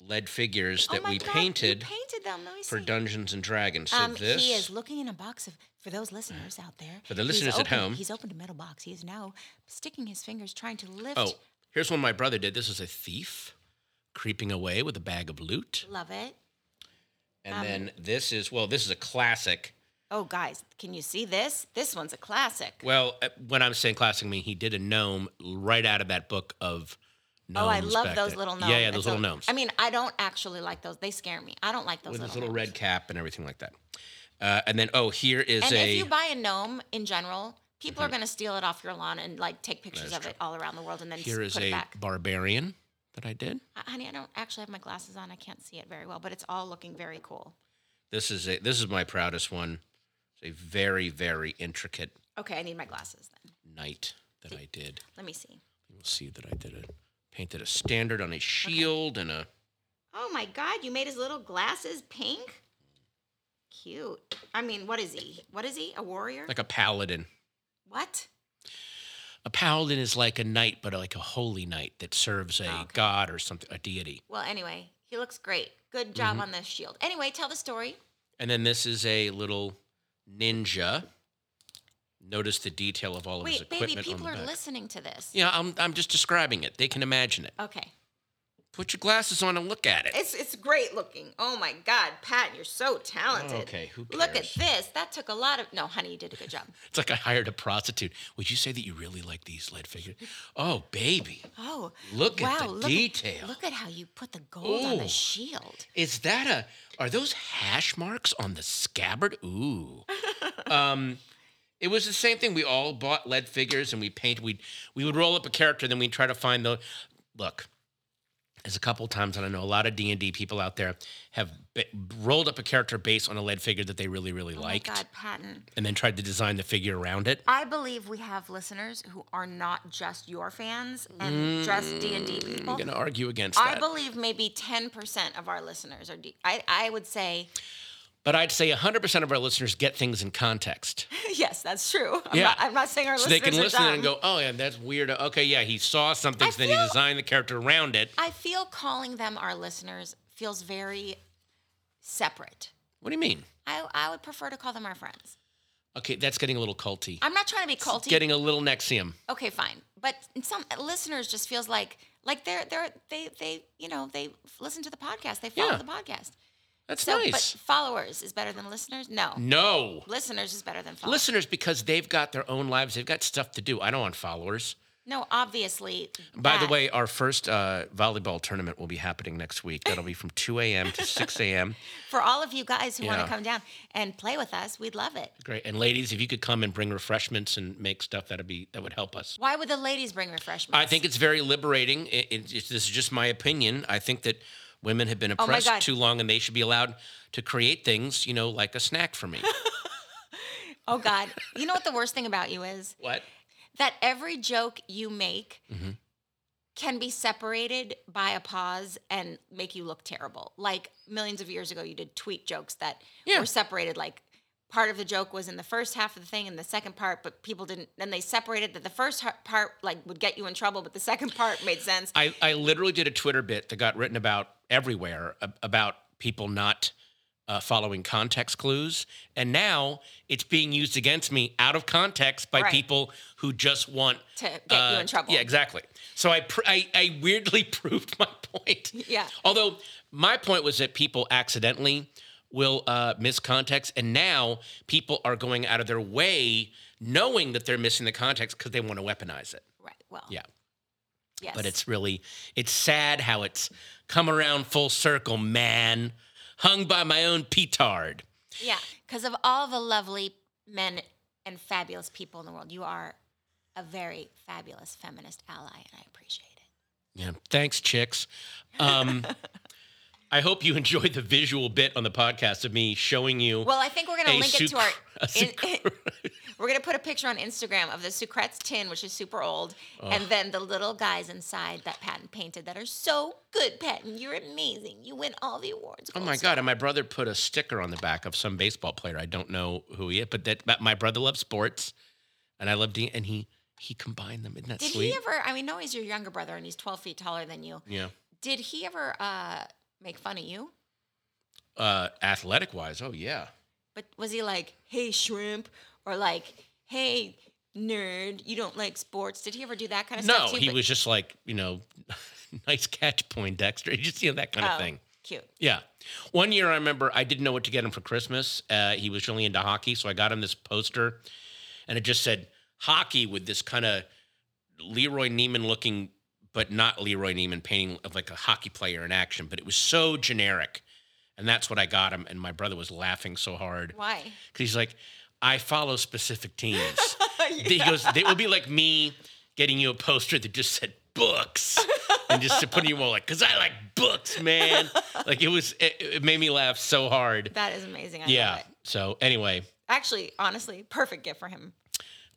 Speaker 2: lead figures
Speaker 1: oh
Speaker 2: that
Speaker 1: my
Speaker 2: we
Speaker 1: God, you
Speaker 2: painted
Speaker 1: painted them Let me
Speaker 2: for
Speaker 1: see.
Speaker 2: Dungeons and Dragons. So
Speaker 1: um,
Speaker 2: this,
Speaker 1: he is looking in a box of for those listeners out there.
Speaker 2: For the
Speaker 1: he's
Speaker 2: listeners at
Speaker 1: opened-
Speaker 2: home.
Speaker 1: he's opened a metal box. He is now sticking his fingers, trying to lift.
Speaker 2: oh, here's one my brother did. This is a thief creeping away with a bag of loot.
Speaker 1: Love it.
Speaker 2: And
Speaker 1: Um,
Speaker 2: then this is well, this is a classic.
Speaker 1: Oh, guys, can you see this? This one's a classic.
Speaker 2: Well, uh, when I'm saying classic, I mean he did a gnome right out of that book of gnomes.
Speaker 1: oh, I love
Speaker 2: back
Speaker 1: those
Speaker 2: then.
Speaker 1: little gnomes.
Speaker 2: Yeah, yeah, those
Speaker 1: It's a-
Speaker 2: little gnomes.
Speaker 1: I mean, I don't actually like those. They scare me. I don't like those
Speaker 2: with
Speaker 1: little,
Speaker 2: his little
Speaker 1: gnomes.
Speaker 2: red cap and everything like that. Uh, and then, oh, here is
Speaker 1: And
Speaker 2: a.
Speaker 1: if you buy a gnome in general, people are going to steal it off your lawn and like take pictures
Speaker 2: Mm-hmm. is
Speaker 1: of it all around the world and then
Speaker 2: here
Speaker 1: s-
Speaker 2: is
Speaker 1: put it
Speaker 2: a
Speaker 1: back.
Speaker 2: barbarian that I did.
Speaker 1: Uh, honey, I don't actually have my glasses on. I can't see it very well, but it's all looking very cool.
Speaker 2: This is a. This is my proudest one. It's a very very intricate
Speaker 1: Okay, I need my glasses then.
Speaker 2: knight that I did.
Speaker 1: Let me see.
Speaker 2: You'll see that I did it. Painted a standard on a shield and a.
Speaker 1: Oh my God, you made his little glasses pink? Cute. I mean, what is he? What is he? A warrior?
Speaker 2: like a paladin.
Speaker 1: what?
Speaker 2: A paladin is like a knight, but like a holy knight that serves
Speaker 1: Oh,
Speaker 2: a god or something, a deity.
Speaker 1: Well, anyway, he looks great. Good
Speaker 2: Mm-hmm.
Speaker 1: job on the shield. Anyway, tell the story.
Speaker 2: And then this is a little ninja. Notice the detail of all of his
Speaker 1: Wait,
Speaker 2: equipment
Speaker 1: baby, people
Speaker 2: on
Speaker 1: are
Speaker 2: the back.
Speaker 1: listening to this.
Speaker 2: Yeah, I'm, I'm just describing it. They can imagine it.
Speaker 1: Okay.
Speaker 2: Put your glasses on and look at it.
Speaker 1: It's it's great looking. Oh my God, Pat, you're so talented.
Speaker 2: Okay, who
Speaker 1: Look at
Speaker 2: cares?
Speaker 1: this. That took a lot of. No, honey, you did a good
Speaker 2: (laughs)
Speaker 1: job.
Speaker 2: It's like I hired a prostitute. Would you say that you really like these lead figures? Oh, baby.
Speaker 1: Oh,
Speaker 2: Look at
Speaker 1: wow,
Speaker 2: the
Speaker 1: look
Speaker 2: detail.
Speaker 1: look at how you put the gold on
Speaker 2: Ooh.
Speaker 1: the shield.
Speaker 2: Is that a are those hash marks on the scabbard? Ooh. um it was the same thing. We all bought lead figures and we paint we we would roll up a character then we'd try to find the look. There's a couple times and I know a lot of D&D people out there have b- rolled up a character based on a lead figure that they really really liked
Speaker 1: Oh my God, Patton.
Speaker 2: and then tried to design the figure around it.
Speaker 1: I believe we have listeners who are not just your fans and just D and D people.
Speaker 2: I'm going to argue against
Speaker 1: I
Speaker 2: that.
Speaker 1: believe maybe ten percent of our listeners are. D- I I would say
Speaker 2: but I'd say 100% of our listeners get things in context.
Speaker 1: yes, that's true. I'm
Speaker 2: Yeah.
Speaker 1: not, I'm not saying our
Speaker 2: so they
Speaker 1: listeners
Speaker 2: can
Speaker 1: are
Speaker 2: listen
Speaker 1: dumb.
Speaker 2: and go, oh yeah, that's weird. Okay, yeah, he saw something,
Speaker 1: I
Speaker 2: so then he
Speaker 1: feel-
Speaker 2: designed the character around it.
Speaker 1: I feel calling them our listeners feels very separate.
Speaker 2: What do you mean?
Speaker 1: I, I would prefer to call them our friends.
Speaker 2: Okay, that's getting a little culty.
Speaker 1: I'm not trying to be
Speaker 2: It's
Speaker 1: culty.
Speaker 2: getting a little Nexium.
Speaker 1: okay, fine. But some listeners just feels like like they're they're they they you know they listen to the podcast. They follow
Speaker 2: Yeah.
Speaker 1: the podcast.
Speaker 2: That's
Speaker 1: so,
Speaker 2: nice.
Speaker 1: but followers is better than listeners. No,
Speaker 2: no.
Speaker 1: listeners is better than followers.
Speaker 2: Listeners, because they've got their own lives, they've got stuff to do. I don't want followers.
Speaker 1: No, obviously.
Speaker 2: By the
Speaker 1: that-
Speaker 2: way, our first uh, volleyball tournament will be happening next week. That'll be from 2 a.m. to
Speaker 1: (laughs)
Speaker 2: 6 a.m.
Speaker 1: for all of you guys who want
Speaker 2: Yeah.
Speaker 1: to come down and play with us, we'd love it.
Speaker 2: Great. And ladies, if you could come and bring refreshments and make stuff, that'd be that would help us.
Speaker 1: Why would the ladies bring refreshments?
Speaker 2: I think it's very liberating. It, it, it's- this is just my opinion. I think that women have been
Speaker 1: Oh my
Speaker 2: oppressed
Speaker 1: God.
Speaker 2: too long, and they should be allowed to create things. You know, like a
Speaker 1: (laughs)
Speaker 2: snack for me.
Speaker 1: Oh God, you know what the worst thing about you is?
Speaker 2: what?
Speaker 1: that every joke you make
Speaker 2: Mm-hmm.
Speaker 1: can be separated by a pause and make you look terrible. Like millions of years ago, you did tweet jokes that
Speaker 2: Yeah.
Speaker 1: were separated. Like part of the joke was in the first half of the thing and the second part, but people didn't. Then they separated that the first har- part like would get you in trouble, but the second part made sense.
Speaker 2: I, I literally did a Twitter bit that got written about everywhere ab- about people not uh, following context clues. And now it's being used against me out of context by
Speaker 1: Right.
Speaker 2: people who just want uh,
Speaker 1: To get you in trouble.
Speaker 2: Yeah, exactly. So I, pr- I, I weirdly (laughs) proved my point.
Speaker 1: Yeah.
Speaker 2: Although my point was that people accidentally will uh, miss context. And now people are going out of their way knowing that they're missing the context because they want to weaponize it.
Speaker 1: right. Well.
Speaker 2: Yeah
Speaker 1: Yes.
Speaker 2: but it's really it's sad how it's come around full circle man hung by my own petard
Speaker 1: yeah because of all the lovely men and fabulous people in the world, you are a very fabulous feminist ally, and I appreciate it.
Speaker 2: yeah thanks chicks
Speaker 1: (laughs)
Speaker 2: um i hope you enjoyed the visual bit on the podcast of me showing you
Speaker 1: Well, I think we're gonna
Speaker 2: a
Speaker 1: link it to our.
Speaker 2: suc- (laughs) a
Speaker 1: in- (laughs) we're gonna put a picture on Instagram of the Sucrets tin, which is super old,
Speaker 2: Oh.
Speaker 1: and then the little guys inside that Patton painted that are so good. Patton, you're amazing. You win all the awards.
Speaker 2: Oh
Speaker 1: Gold
Speaker 2: my
Speaker 1: Star.
Speaker 2: God! And my brother put a sticker on the back of some baseball player. I don't know who he is, but that but my brother loves sports, and I love D. And he he combined them. Isn't that
Speaker 1: Did
Speaker 2: sweet?
Speaker 1: he ever? I mean, no, he's your younger brother, and he's 12 feet taller than you.
Speaker 2: yeah.
Speaker 1: Did he ever uh, make fun of you?
Speaker 2: Uh, athletic wise, oh yeah.
Speaker 1: But was he like, "Hey, shrimp," or like, "Hey, nerd, you don't like sports"? Did he ever do that kind of
Speaker 2: No,
Speaker 1: stuff? too?
Speaker 2: he
Speaker 1: But-
Speaker 2: was just like, you know, (laughs) nice catch, Poindexter. (laughs) Just, you know, that kind of
Speaker 1: Oh,
Speaker 2: thing.
Speaker 1: Cute.
Speaker 2: Yeah. One year I remember I didn't know what to get him for Christmas. Uh, he was really into hockey. So I got him this poster and it just said hockey with this kind of Leroy Neiman looking, but not Leroy Neiman painting of like a hockey player in action. But it was so generic. And that's what I got him. And my brother was laughing so hard.
Speaker 1: Why?
Speaker 2: Because he's like, I follow specific
Speaker 1: (laughs)
Speaker 2: teams. (laughs) He goes, it would be like me getting you a poster that just said books and just to put in your wall, like, because I like books, man. like it was, it, it made me laugh so hard.
Speaker 1: That is amazing. I
Speaker 2: yeah.
Speaker 1: love it.
Speaker 2: So anyway,
Speaker 1: Actually, honestly, perfect gift for him.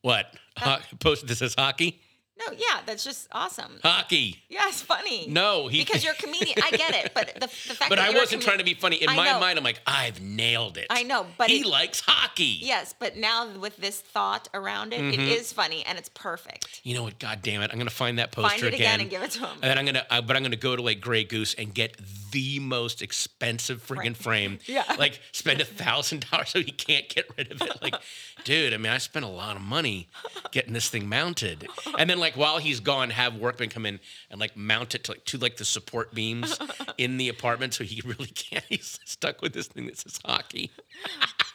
Speaker 2: what?
Speaker 1: Uh,
Speaker 2: Ho- post this is hockey?
Speaker 1: No, yeah, that's just awesome.
Speaker 2: Hockey.
Speaker 1: Yeah, it's funny.
Speaker 2: No, he-
Speaker 1: because you're a comedian. I get it, but the, the fact
Speaker 2: But
Speaker 1: that
Speaker 2: I
Speaker 1: you're a
Speaker 2: wasn't trying to be funny. In
Speaker 1: I
Speaker 2: my
Speaker 1: know.
Speaker 2: mind, I'm like, I've nailed it.
Speaker 1: I know, but
Speaker 2: he
Speaker 1: it-
Speaker 2: likes hockey.
Speaker 1: Yes, but now with this thought around it,
Speaker 2: Mm-hmm.
Speaker 1: it is funny and it's perfect.
Speaker 2: You know what? God damn it! I'm gonna find that poster
Speaker 1: Find it again and give it to him.
Speaker 2: And (laughs) then I'm gonna, I, but I'm gonna go to like Grey Goose and get the most expensive friggin' frame.
Speaker 1: (laughs) Yeah.
Speaker 2: Like spend a thousand dollars so he can't get rid of it. Like,
Speaker 1: (laughs)
Speaker 2: dude, I mean, I spent a lot of money getting this thing mounted. And then like while he's gone, have workmen come in and like mount it to like to like the support
Speaker 1: (laughs)
Speaker 2: beams in the apartment so he (laughs) really can't. He's stuck with this thing that says hockey.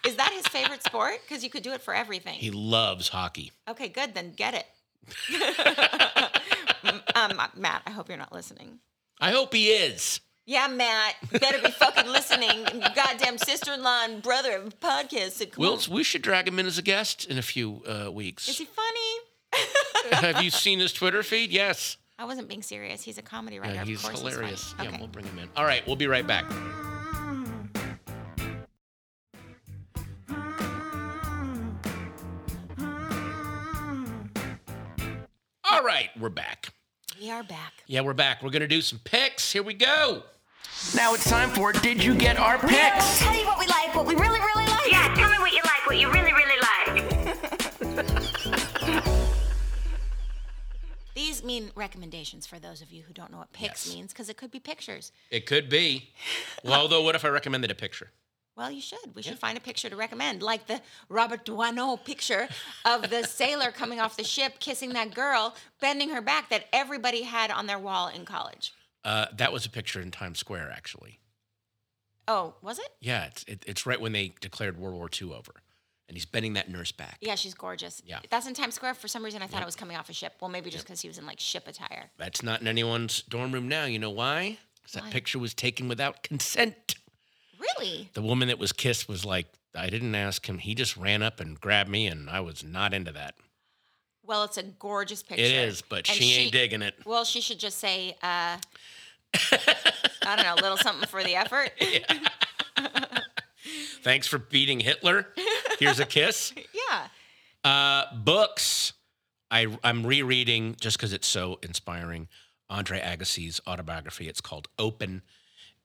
Speaker 1: Is that his favorite sport? Because you could do it for everything.
Speaker 2: He loves hockey.
Speaker 1: okay, good. Then get
Speaker 2: (laughs)
Speaker 1: it. um, Matt, I hope you're not listening.
Speaker 2: I hope he is.
Speaker 1: Yeah, Matt, better be fucking listening. (laughs) You goddamn sister-in-law and brother of a podcast. said, Come on.
Speaker 2: Wilts, we should drag him in as a guest in a few uh, weeks. (laughs)
Speaker 1: Is he funny?
Speaker 2: Have you seen his Twitter feed? Yes.
Speaker 1: I wasn't being serious. He's a comedy writer.
Speaker 2: Yeah,
Speaker 1: Of
Speaker 2: he's
Speaker 1: course funny.
Speaker 2: hilarious. Yeah,
Speaker 1: Okay.
Speaker 2: we'll bring him in. All right, we'll be right back. All right, we're back.
Speaker 1: We are back.
Speaker 2: Yeah, we're back. We're going to do some picks. Here we go.
Speaker 4: Now it's time for Did You Get Our Picks?
Speaker 5: Tell you what we like, what we really, really like.
Speaker 6: Yeah, tell me what you like, what you really, really like.
Speaker 1: These mean recommendations for those of you who don't know what pics means, because it could be pictures.
Speaker 2: It could be. Well, although, what if I recommended a picture?
Speaker 1: Well, you should. We should find a picture to recommend, like the Robert Duaneau picture of
Speaker 2: (laughs)
Speaker 1: the sailor coming off the ship, kissing that girl, bending her back that everybody had on their wall in college.
Speaker 2: Uh, that was a picture in Times Square, actually.
Speaker 1: Oh, was it?
Speaker 2: Yeah, it's, it, it's right when they declared World War II over, and he's bending that nurse back.
Speaker 1: Yeah, she's gorgeous.
Speaker 2: Yeah.
Speaker 1: That's in Times Square. For some reason, I thought it was coming off a ship. Well, maybe just because he was in like ship attire.
Speaker 2: That's not in anyone's dorm room now. You know why? Because that picture was taken without consent.
Speaker 1: Really?
Speaker 2: The woman that was kissed was like, I didn't ask him. He just ran up and grabbed me, and I was not into that.
Speaker 1: Well, it's a gorgeous picture.
Speaker 2: It is, but
Speaker 1: And
Speaker 2: she, ain't digging it.
Speaker 1: Well, she should just say,
Speaker 2: (laughs)
Speaker 1: uh, I don't know, a little something for the
Speaker 2: (laughs)
Speaker 1: effort.
Speaker 2: Thanks for beating Hitler.
Speaker 1: (laughs)
Speaker 2: Here's a kiss.
Speaker 1: Yeah.
Speaker 2: Uh, books. I, I'm rereading just because it's so inspiring. Andre Agassi's autobiography. It's called Open,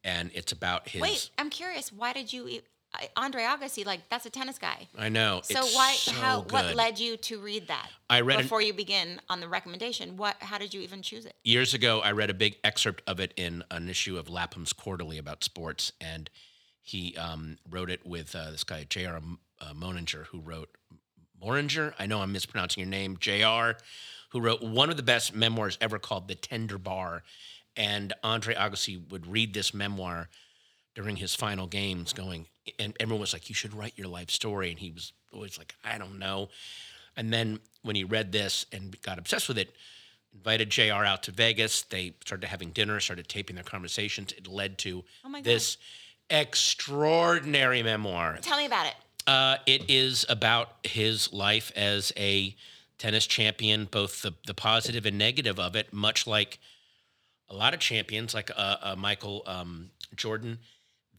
Speaker 2: and it's about his.
Speaker 1: Wait, I'm curious. Why did you, e- I- Andre Agassi? Like that's a tennis guy.
Speaker 2: I know.
Speaker 1: So
Speaker 2: it's
Speaker 1: why?
Speaker 2: so
Speaker 1: how? What
Speaker 2: good.
Speaker 1: led you to read that?
Speaker 2: I read an-
Speaker 1: before you begin on the recommendation. What? How did you even choose it?
Speaker 2: years ago, I read a big excerpt of it in an issue of Lapham's Quarterly about sports, and he um, wrote it with uh, this guy J.R. M- Uh, Moninger, who wrote Moringer. I know I'm mispronouncing your name, J.R., who wrote one of the best memoirs ever called "The Tender Bar," and Andre Agassi would read this memoir during his final games, going, and everyone was like, "You should write your life story," and he was always like, "I don't know." And then when he read this and got obsessed with it, invited JR out to Vegas. They started having dinner, started taping their conversations. It led to this extraordinary memoir.
Speaker 1: Tell me about it.
Speaker 2: Uh, it is about his life as a tennis champion, both the, the positive and negative of it, much like a lot of champions, like uh, uh, Michael um, Jordan.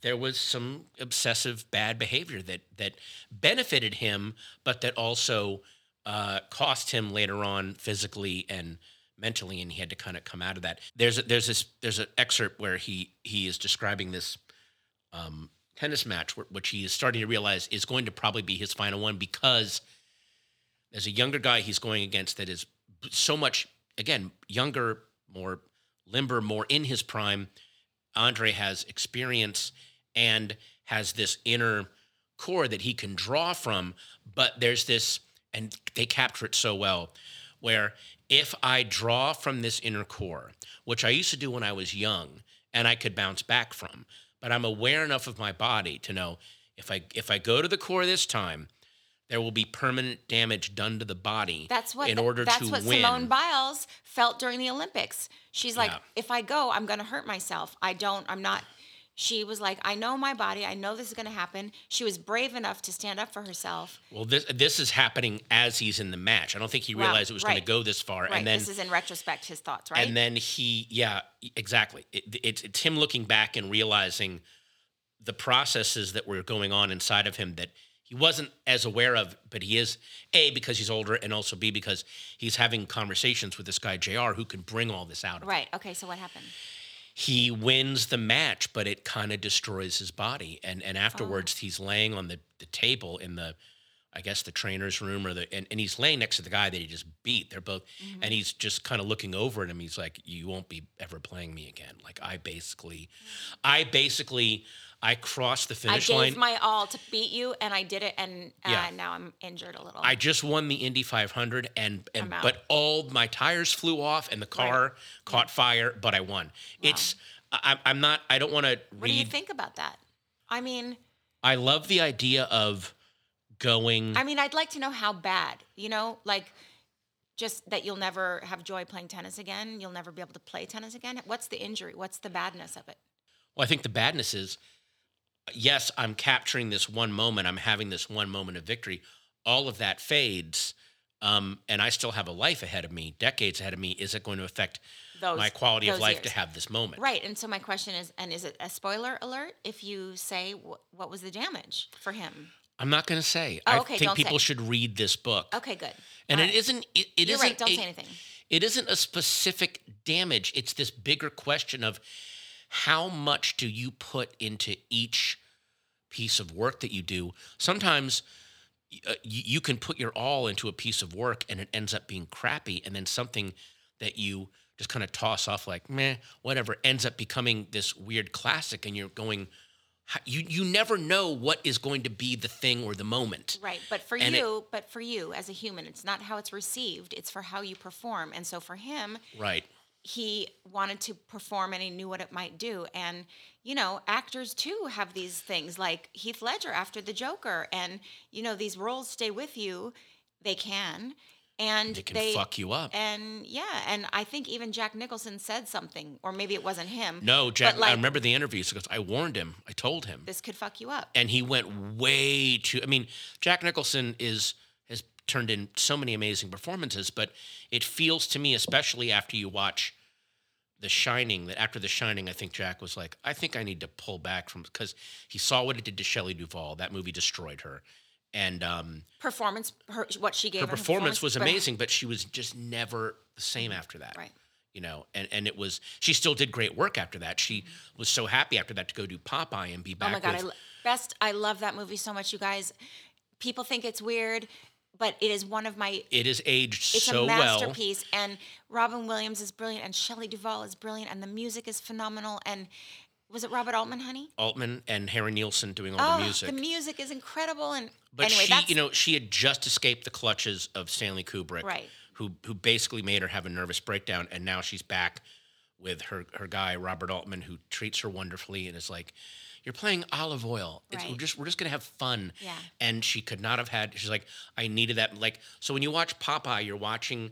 Speaker 2: There was some obsessive bad behavior that that benefited him, but that also uh, cost him later on physically and mentally, and he had to kind of come out of that. There's a, there's this there's an excerpt where he he is describing this um, tennis match, wh- which he is starting to realize is going to probably be his final one because as a younger guy he's going against that is b- so much again younger, more limber, more in his prime. Andre has experience and has this inner core that he can draw from, but there's this, and they capture it so well, where if I draw from this inner core, which I used to do when I was young and I could bounce back from, but I'm aware enough of my body to know if I if I go to the core this time, there will be permanent damage done to the body.
Speaker 1: That's what.
Speaker 2: in order
Speaker 1: that's
Speaker 2: to
Speaker 1: what
Speaker 2: win.
Speaker 1: Simone Biles felt during the Olympics. She's like,
Speaker 2: Yeah.
Speaker 1: if I go, I'm going to hurt myself. I don't. I'm not. She was like, I know my body. I know this is going to happen. She was brave enough to stand up for herself.
Speaker 2: Well, this this is happening as he's in the match. I don't think he
Speaker 1: Wow,
Speaker 2: realized it was going
Speaker 1: right.
Speaker 2: to go this far,
Speaker 1: Right.
Speaker 2: and then
Speaker 1: this is in retrospect, his thoughts, right?
Speaker 2: and then he yeah e, exactly. It, it's it's him looking back and realizing the processes that were going on inside of him that he wasn't as aware of, but he is a because he's older, and also b because he's having conversations with this guy Jr. who can bring all this out of him.
Speaker 1: right. Okay. So what happened?
Speaker 2: he wins the match, but it kind of destroys his body. And and afterwards,
Speaker 1: Oh.
Speaker 2: he's laying on the, the table in the, I guess the trainer's room or the, and, and he's laying next to the guy that he just beat. They're both,
Speaker 1: Mm-hmm.
Speaker 2: and he's just kind of looking over at him. He's like, "You won't be ever playing me again." Like I basically, I basically, I crossed the
Speaker 1: Mm. I
Speaker 2: finish
Speaker 1: gave
Speaker 2: line.
Speaker 1: my all to beat you, and I did it, and uh,
Speaker 2: Yeah.
Speaker 1: now I'm injured a little.
Speaker 2: I just won the Indy 500, and, and
Speaker 1: I'm out.
Speaker 2: but all my tires flew off, and the car caught fire, but I won. It's I, I'm- I'm not. I don't want to
Speaker 1: what do you
Speaker 2: read
Speaker 1: think about that? I mean,
Speaker 2: I love the idea of going.
Speaker 1: I mean, I'd like to know how bad, you know, like just that you'll never have joy playing tennis again. You'll never be able to play tennis again. What's the injury? What's the badness of it?
Speaker 2: well, I think the badness is, yes, I'm capturing this one moment. I'm having this one moment of victory. All of that fades, um, and I still have a life ahead of me, decades ahead of me. Is it going to affect
Speaker 1: Those
Speaker 2: my quality of
Speaker 1: those
Speaker 2: life to
Speaker 1: years.
Speaker 2: have this moment?
Speaker 1: Right. And so my question is, and is it a spoiler alert if you say wh- what was the damage for him?
Speaker 2: I'm not going to say.
Speaker 1: Oh,
Speaker 2: I
Speaker 1: okay,
Speaker 2: think
Speaker 1: don't say.
Speaker 2: people should read this book.
Speaker 1: Okay, good.
Speaker 2: And
Speaker 1: All
Speaker 2: it
Speaker 1: right.
Speaker 2: isn't. It, it
Speaker 1: You're
Speaker 2: not
Speaker 1: right, don't say anything.
Speaker 2: It isn't a specific damage. It's this bigger question of how much do you put into each piece of work that you do. Sometimes y- uh, you, you can put your all into a piece of work, and it ends up being crappy, and then something that you just kind of toss off like meh, whatever, ends up becoming this weird classic, and you're going. "How- You, you never know what is going to be the thing or the moment.
Speaker 1: Right, but for
Speaker 2: And it-
Speaker 1: you, but for you as a human, it's not how it's received, it's for how you perform. And so for him,
Speaker 2: Right.
Speaker 1: he wanted to perform and he knew what it might do. And, you know, actors too have these things like Heath Ledger after the Joker. And, you know, these roles stay with you. They can. And
Speaker 2: They can fuck you up.
Speaker 1: And yeah, and I think even Jack Nicholson said something, or maybe it wasn't him.
Speaker 2: No,
Speaker 1: but,
Speaker 2: Jack. I
Speaker 1: like,
Speaker 2: remember the interviews because I warned him. I told him,
Speaker 1: this could fuck you up.
Speaker 2: and he went way too. I mean, Jack Nicholson is has turned in so many amazing performances, but it feels to me, especially after you watch The Shining, that after The Shining, I think Jack was like, I think I need to pull back from because he saw what it did to Shelley Duvall. That movie destroyed her, and um,
Speaker 1: Performance, her, what she gave.
Speaker 2: her performance was
Speaker 1: but-
Speaker 2: amazing, but she was just never the same after that.
Speaker 1: Mm-hmm. Right.
Speaker 2: You know, and, and it was she still did great work after that. She was so happy after that to go do Popeye and be back.
Speaker 1: Mm-hmm. Oh my god, I
Speaker 2: with-
Speaker 1: lo- best I love that movie so much, you guys. People think it's weird, but it is one of my
Speaker 2: it is aged
Speaker 1: it's
Speaker 2: so
Speaker 1: a
Speaker 2: well.
Speaker 1: masterpiece and Robin Williams is brilliant and Shelley Duvall is brilliant and the music is phenomenal and was it Robert Altman, honey?
Speaker 2: Altman and Harry Nielsen doing all
Speaker 1: Oh,
Speaker 2: the music.
Speaker 1: the music is incredible and
Speaker 2: but
Speaker 1: anyway,
Speaker 2: she,
Speaker 1: that's
Speaker 2: you know, she had just escaped the clutches of Stanley Kubrick,
Speaker 1: Right.
Speaker 2: Who who basically made her have a nervous breakdown, and now she's back with her her guy Robert Altman, who treats her wonderfully and is like, "You're playing olive oil. It's, We're
Speaker 1: Right.
Speaker 2: just we're just gonna have fun."
Speaker 1: Yeah.
Speaker 2: And she could not have had. She's like, "I needed that." Like, so when you watch Popeye, you're watching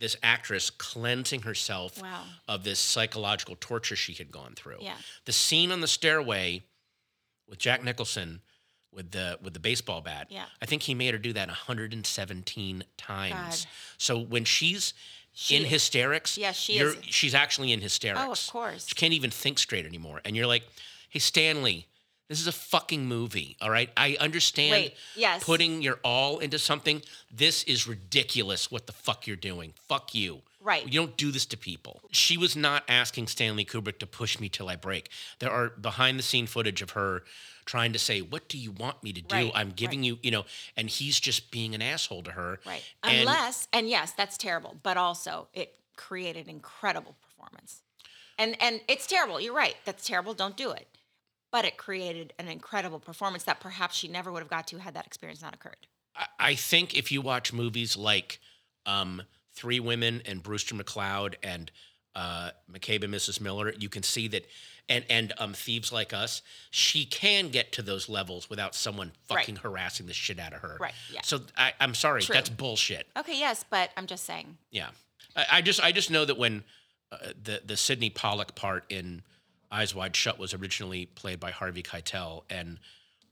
Speaker 2: this actress cleansing herself
Speaker 1: Wow.
Speaker 2: of this psychological torture she had gone through.
Speaker 1: Yeah.
Speaker 2: The scene on the stairway with Jack Nicholson with the with the baseball bat.
Speaker 1: Yeah.
Speaker 2: I think he made her do that 117 times. So when she's in hysterics,
Speaker 1: Yeah, she
Speaker 2: you're,
Speaker 1: is-
Speaker 2: she's actually in hysterics.
Speaker 1: Oh, of course.
Speaker 2: She can't even think straight anymore. And you're like, "Hey Stanley, this is a fucking movie, all right? I understand
Speaker 1: Wait, yes.
Speaker 2: putting your all into something. This is ridiculous what the fuck you're doing. Fuck you.
Speaker 1: Right.
Speaker 2: You don't do this to people. She was not asking Stanley Kubrick to push me till I break. There are behind the scene footage of her trying to say, What do you want me to do?
Speaker 1: Right,
Speaker 2: I'm giving you, you know, and he's just being an asshole to her.
Speaker 1: right.
Speaker 2: And-
Speaker 1: Unless and yes, that's terrible, but also it created incredible performance. And and it's terrible. You're right. That's terrible. Don't do it. But it created an incredible performance that perhaps she never would have got to had that experience not occurred.
Speaker 2: I- I think if you watch movies like um, Three Women and Brewster McLeod and uh, McCabe and Mrs. Miller, you can see that, and and um, Thieves Like Us, she can get to those levels without someone
Speaker 1: Right.
Speaker 2: fucking harassing the shit out of her.
Speaker 1: Right, yeah.
Speaker 2: So I, I'm sorry,
Speaker 1: True.
Speaker 2: that's bullshit.
Speaker 1: Okay, yes, but I'm just saying.
Speaker 2: Yeah. I, I just I just know that when uh, the the Sidney Pollock part in Eyes Wide Shut was originally played by Harvey Keitel, and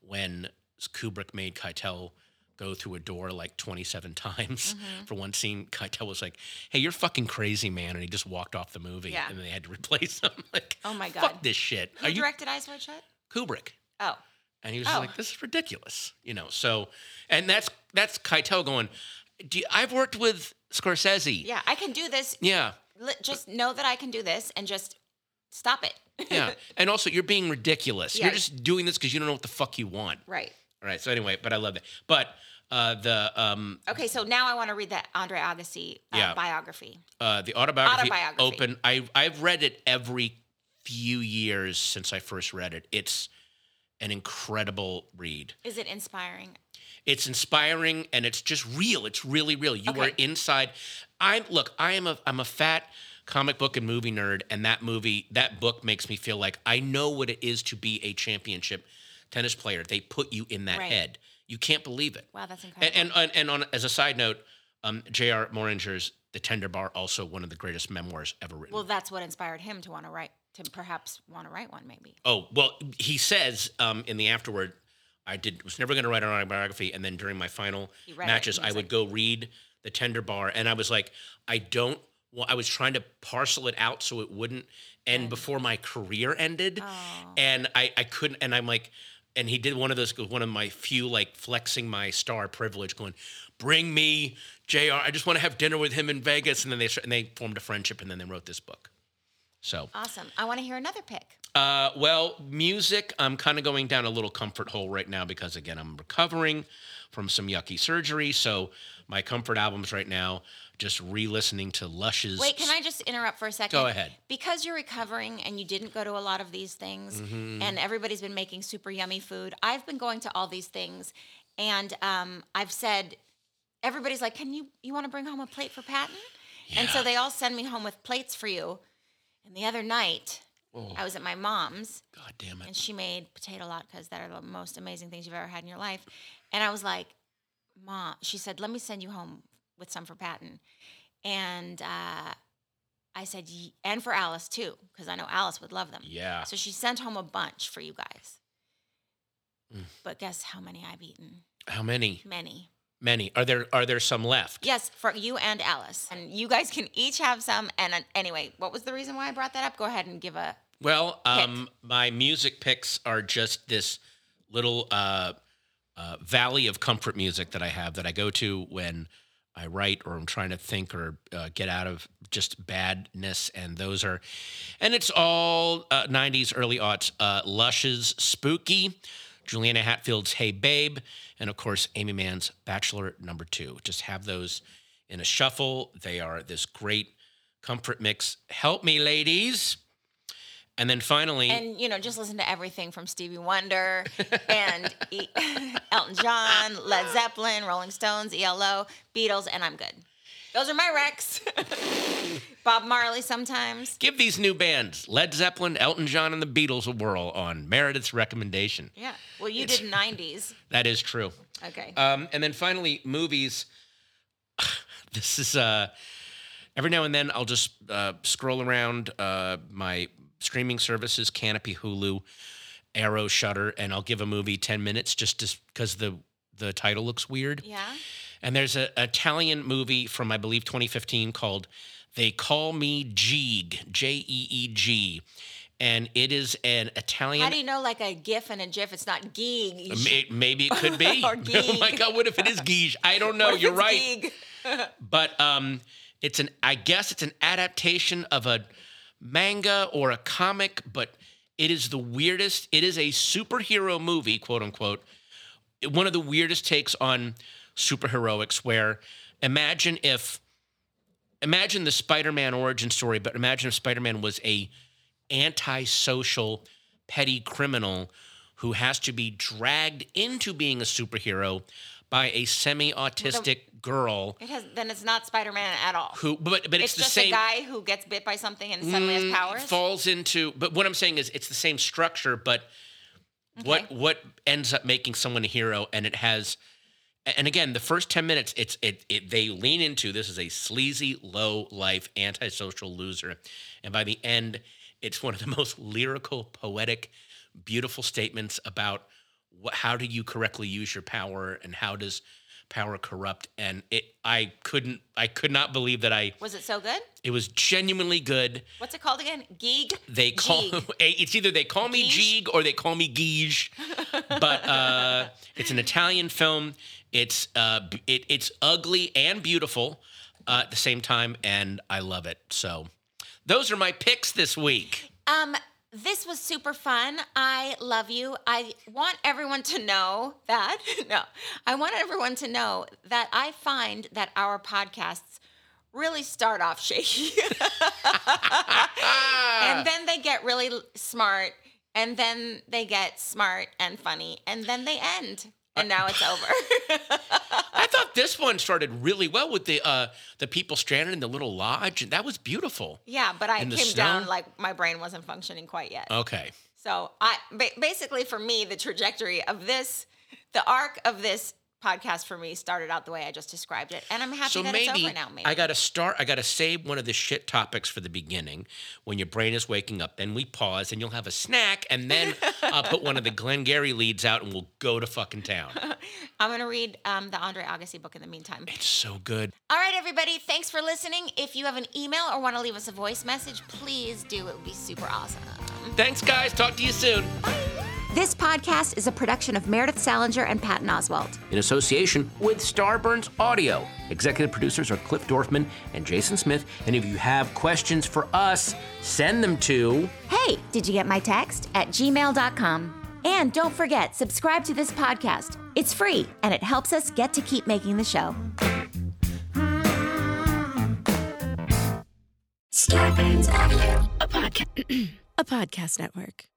Speaker 2: when Kubrick made Keitel go through a door like 27 (laughs) times
Speaker 1: Mm-hmm.
Speaker 2: for one scene, Keitel was like, "Hey, you're fucking crazy, man," and he just walked off the movie,
Speaker 1: Yeah.
Speaker 2: and they had to (laughs) replace him. like,
Speaker 1: Oh my
Speaker 2: fuck
Speaker 1: God.
Speaker 2: this shit!
Speaker 1: Who directed Eyes Wide Shut?
Speaker 2: Kubrick?
Speaker 1: Oh,
Speaker 2: And he was just
Speaker 1: Oh.
Speaker 2: like, "This is ridiculous," you know. So, and that's that's Keitel going. Do you, I've worked with Scorsese.
Speaker 1: yeah, I can do this.
Speaker 2: Yeah.
Speaker 1: Li- Just know that I can do this, and just stop it.
Speaker 2: Yeah. and also, you're being ridiculous.
Speaker 1: Yeah.
Speaker 2: You're just doing this because you don't know what the fuck you want.
Speaker 1: (laughs) right.
Speaker 2: All right. So anyway, but I love that. But uh, the um,
Speaker 1: Okay, so now I want to read that Andre Agassi uh,
Speaker 2: Yeah.
Speaker 1: biography.
Speaker 2: uh, the autobiography,
Speaker 1: Autobiography.
Speaker 2: open. I I've read it every few years since I first read it. It's an incredible read.
Speaker 1: Is it inspiring?
Speaker 2: It's inspiring and it's just real. It's really real. You are
Speaker 1: Okay.
Speaker 2: inside. I'm look. I am a I'm a fat comic book and movie nerd, and that movie that book makes me feel like I know what it is to be a championship tennis player. They put you in that
Speaker 1: Right.
Speaker 2: head. You can't believe it.
Speaker 1: Wow, that's incredible.
Speaker 2: And and and, and on as a side note, um, J.R. Moringer's The Tender Bar also one of the greatest memoirs ever written.
Speaker 1: well, that's what inspired him to want to write, to perhaps want to write one, maybe.
Speaker 2: Oh well, he says um, in the afterward, I did was never going to write an autobiography, and then during my final
Speaker 1: You read it,
Speaker 2: matches,
Speaker 1: and
Speaker 2: I
Speaker 1: it's
Speaker 2: would
Speaker 1: like-
Speaker 2: go read the Tender Bar, and I was like, I don't. Well, I was trying to parcel it out so it wouldn't end before my career ended,
Speaker 1: Oh.
Speaker 2: and I I couldn't, and I'm like. And he did one of those, one of my few like flexing my star privilege, going, "Bring me Jr. I just want to have dinner with him in Vegas." And then they and they formed a friendship, and then they wrote this book. So
Speaker 1: Awesome. I want to hear another pick.
Speaker 2: uh, well, music, I'm kind of going down a little comfort hole right now because, again, I'm recovering from some yucky surgery. So, my comfort albums right now, just re listening to Lush's.
Speaker 1: Wait, can I just interrupt for a second?
Speaker 2: Go ahead.
Speaker 1: Because you're recovering and you didn't go to a lot of these things,
Speaker 2: Mm-hmm.
Speaker 1: and everybody's been making super yummy food, I've been going to all these things, and um, I've said, everybody's like, "Can you you want to bring home a plate for Patton?" And so they all send me home with plates for you. And the other night,
Speaker 2: Oh.
Speaker 1: I was at my mom's,
Speaker 2: God damn
Speaker 1: and
Speaker 2: it.
Speaker 1: she made potato latkes that are the most amazing things you've ever had in your life. And I was like, Mom, she said, let me send you home with some for Patton. And uh, I said, "Ye- and for Alice too, because I know Alice would love them.
Speaker 2: Yeah.
Speaker 1: So she sent home a bunch for you guys. But guess how many I've eaten?
Speaker 2: How many?
Speaker 1: Many.
Speaker 2: Many. Are there Are there some left?
Speaker 1: Yes, for you and Alice. And you guys can each have some. And uh, anyway, what was the reason why I brought that up? Go ahead and give a.
Speaker 2: Well, um, my music picks are just this little uh, uh, valley of comfort music that I have that I go to when I write or I'm trying to think or uh, get out of just badness. And those are, and it's all uh, 90s, early aughts. Uh, Lush's Spooky, Juliana Hatfield's Hey Babe, and of course, Amy Mann's Bachelor Number Two. Just have those in a shuffle. They are this great comfort mix. Help me, ladies. And then finally,
Speaker 1: And, you know, just listen to everything from Stevie Wonder and e- (laughs) Elton John, Led Zeppelin, Rolling Stones, ELO, Beatles, and I'm good. Those are my recs. (laughs) Bob Marley sometimes.
Speaker 2: give these new bands, Led Zeppelin, Elton John, and the Beatles, a whirl on Meredith's recommendation.
Speaker 1: Yeah. Well, you
Speaker 2: It's-
Speaker 1: did 90s.
Speaker 2: That is true.
Speaker 1: Okay.
Speaker 2: Um, and then finally, movies. (sighs) this is uh, every now and then I'll just uh, scroll around uh, my streaming services, Canopy, Hulu, Arrow, Shutter, and I'll give a movie ten minutes just because the the title looks weird.
Speaker 1: yeah.
Speaker 2: And there's an Italian movie from, I believe, 2015 called They Call Me Jeeg, J E E G. And it is an Italian.
Speaker 1: How do you know, like a GIF and a GIF, it's not gig? You sh-
Speaker 2: May- Maybe it could be.
Speaker 1: (laughs) Or
Speaker 2: (laughs) oh my
Speaker 1: Geeg.
Speaker 2: God, what if it is Geege? I don't know.
Speaker 1: What if
Speaker 2: Oh,
Speaker 1: it's
Speaker 2: You're right.
Speaker 1: gig?
Speaker 2: But um, it's an, I guess it's an adaptation of a manga or a comic, but it is the weirdest. It is a superhero movie, quote unquote, one of the weirdest takes on superheroics where imagine if imagine the spider-man origin story but imagine if spider-man was a antisocial petty criminal who has to be dragged into being a superhero by a semi-autistic girl
Speaker 1: It has, then it's not Spider Man at all.
Speaker 2: who but but it's,
Speaker 1: it's
Speaker 2: the
Speaker 1: just
Speaker 2: same Mm,
Speaker 1: a guy who gets bit by something and suddenly has powers.
Speaker 2: falls into but what i'm saying is it's the same structure but what what ends up making someone a hero and it has and again the first 10 minutes it's it, it they lean into this is a sleazy low life antisocial loser and by the end It's one of the (laughs) most lyrical, poetic, beautiful statements about wh- how do you correctly use your power and how does power corrupt. And it, I couldn't, I could not believe that I.
Speaker 1: Was it so good?
Speaker 2: It was genuinely good.
Speaker 1: What's it called again? Geeg.
Speaker 2: They call (laughs)
Speaker 1: Geeg.
Speaker 2: it's either they call me Geeg
Speaker 1: Geege?
Speaker 2: or they call me Geege, but uh, it's an Italian film. It's uh, b- it, it's ugly and beautiful uh, at the same time, and I love it. So those are my picks this week.
Speaker 1: Um, this was super fun. I love you. I want everyone to know that. (laughs) No, I want everyone to know that I find that our podcasts really start off shaky. (laughs) and then they get really l- smart, and then they get smart and funny, and then they end. And now it's over. (laughs)
Speaker 2: I thought this one started really well with the uh, the people stranded in the little lodge, and that was beautiful.
Speaker 1: yeah, but I
Speaker 2: In
Speaker 1: came
Speaker 2: the
Speaker 1: down
Speaker 2: snow?
Speaker 1: like my brain wasn't functioning quite yet.
Speaker 2: Okay,
Speaker 1: So I ba- basically for me the trajectory of this the arc of this podcast for me started out the way I just described it and I'm happy
Speaker 2: so
Speaker 1: that it's
Speaker 2: maybe,
Speaker 1: over now maybe.
Speaker 2: I got to start. I got to save one of the shit topics for the beginning when your brain is waking up. Then we pause, and you'll have a snack, and then I'll put one of the Glengarry leads out, and we'll go to fucking town.
Speaker 1: I'm going to read um, the Andre Agassi book in the meantime.
Speaker 2: It's so good.
Speaker 1: All right everybody, thanks for listening. If you have an email or want to leave us a voice message, please do. It would be super awesome.
Speaker 2: Thanks, guys. Talk to you soon.
Speaker 1: This podcast is a production of Meredith Salinger and Patton Oswalt.
Speaker 4: In association with Starburns Audio. Executive producers are Cliff Dorfman and Jason Smith. And if you have questions for us, send them to.
Speaker 1: Hey, did you get my text? At gmail.com. And don't forget, subscribe to this podcast. It's free and it helps us get to keep making the show.
Speaker 7: (clears throat) Starburns Audio, a podcast, a podcast network.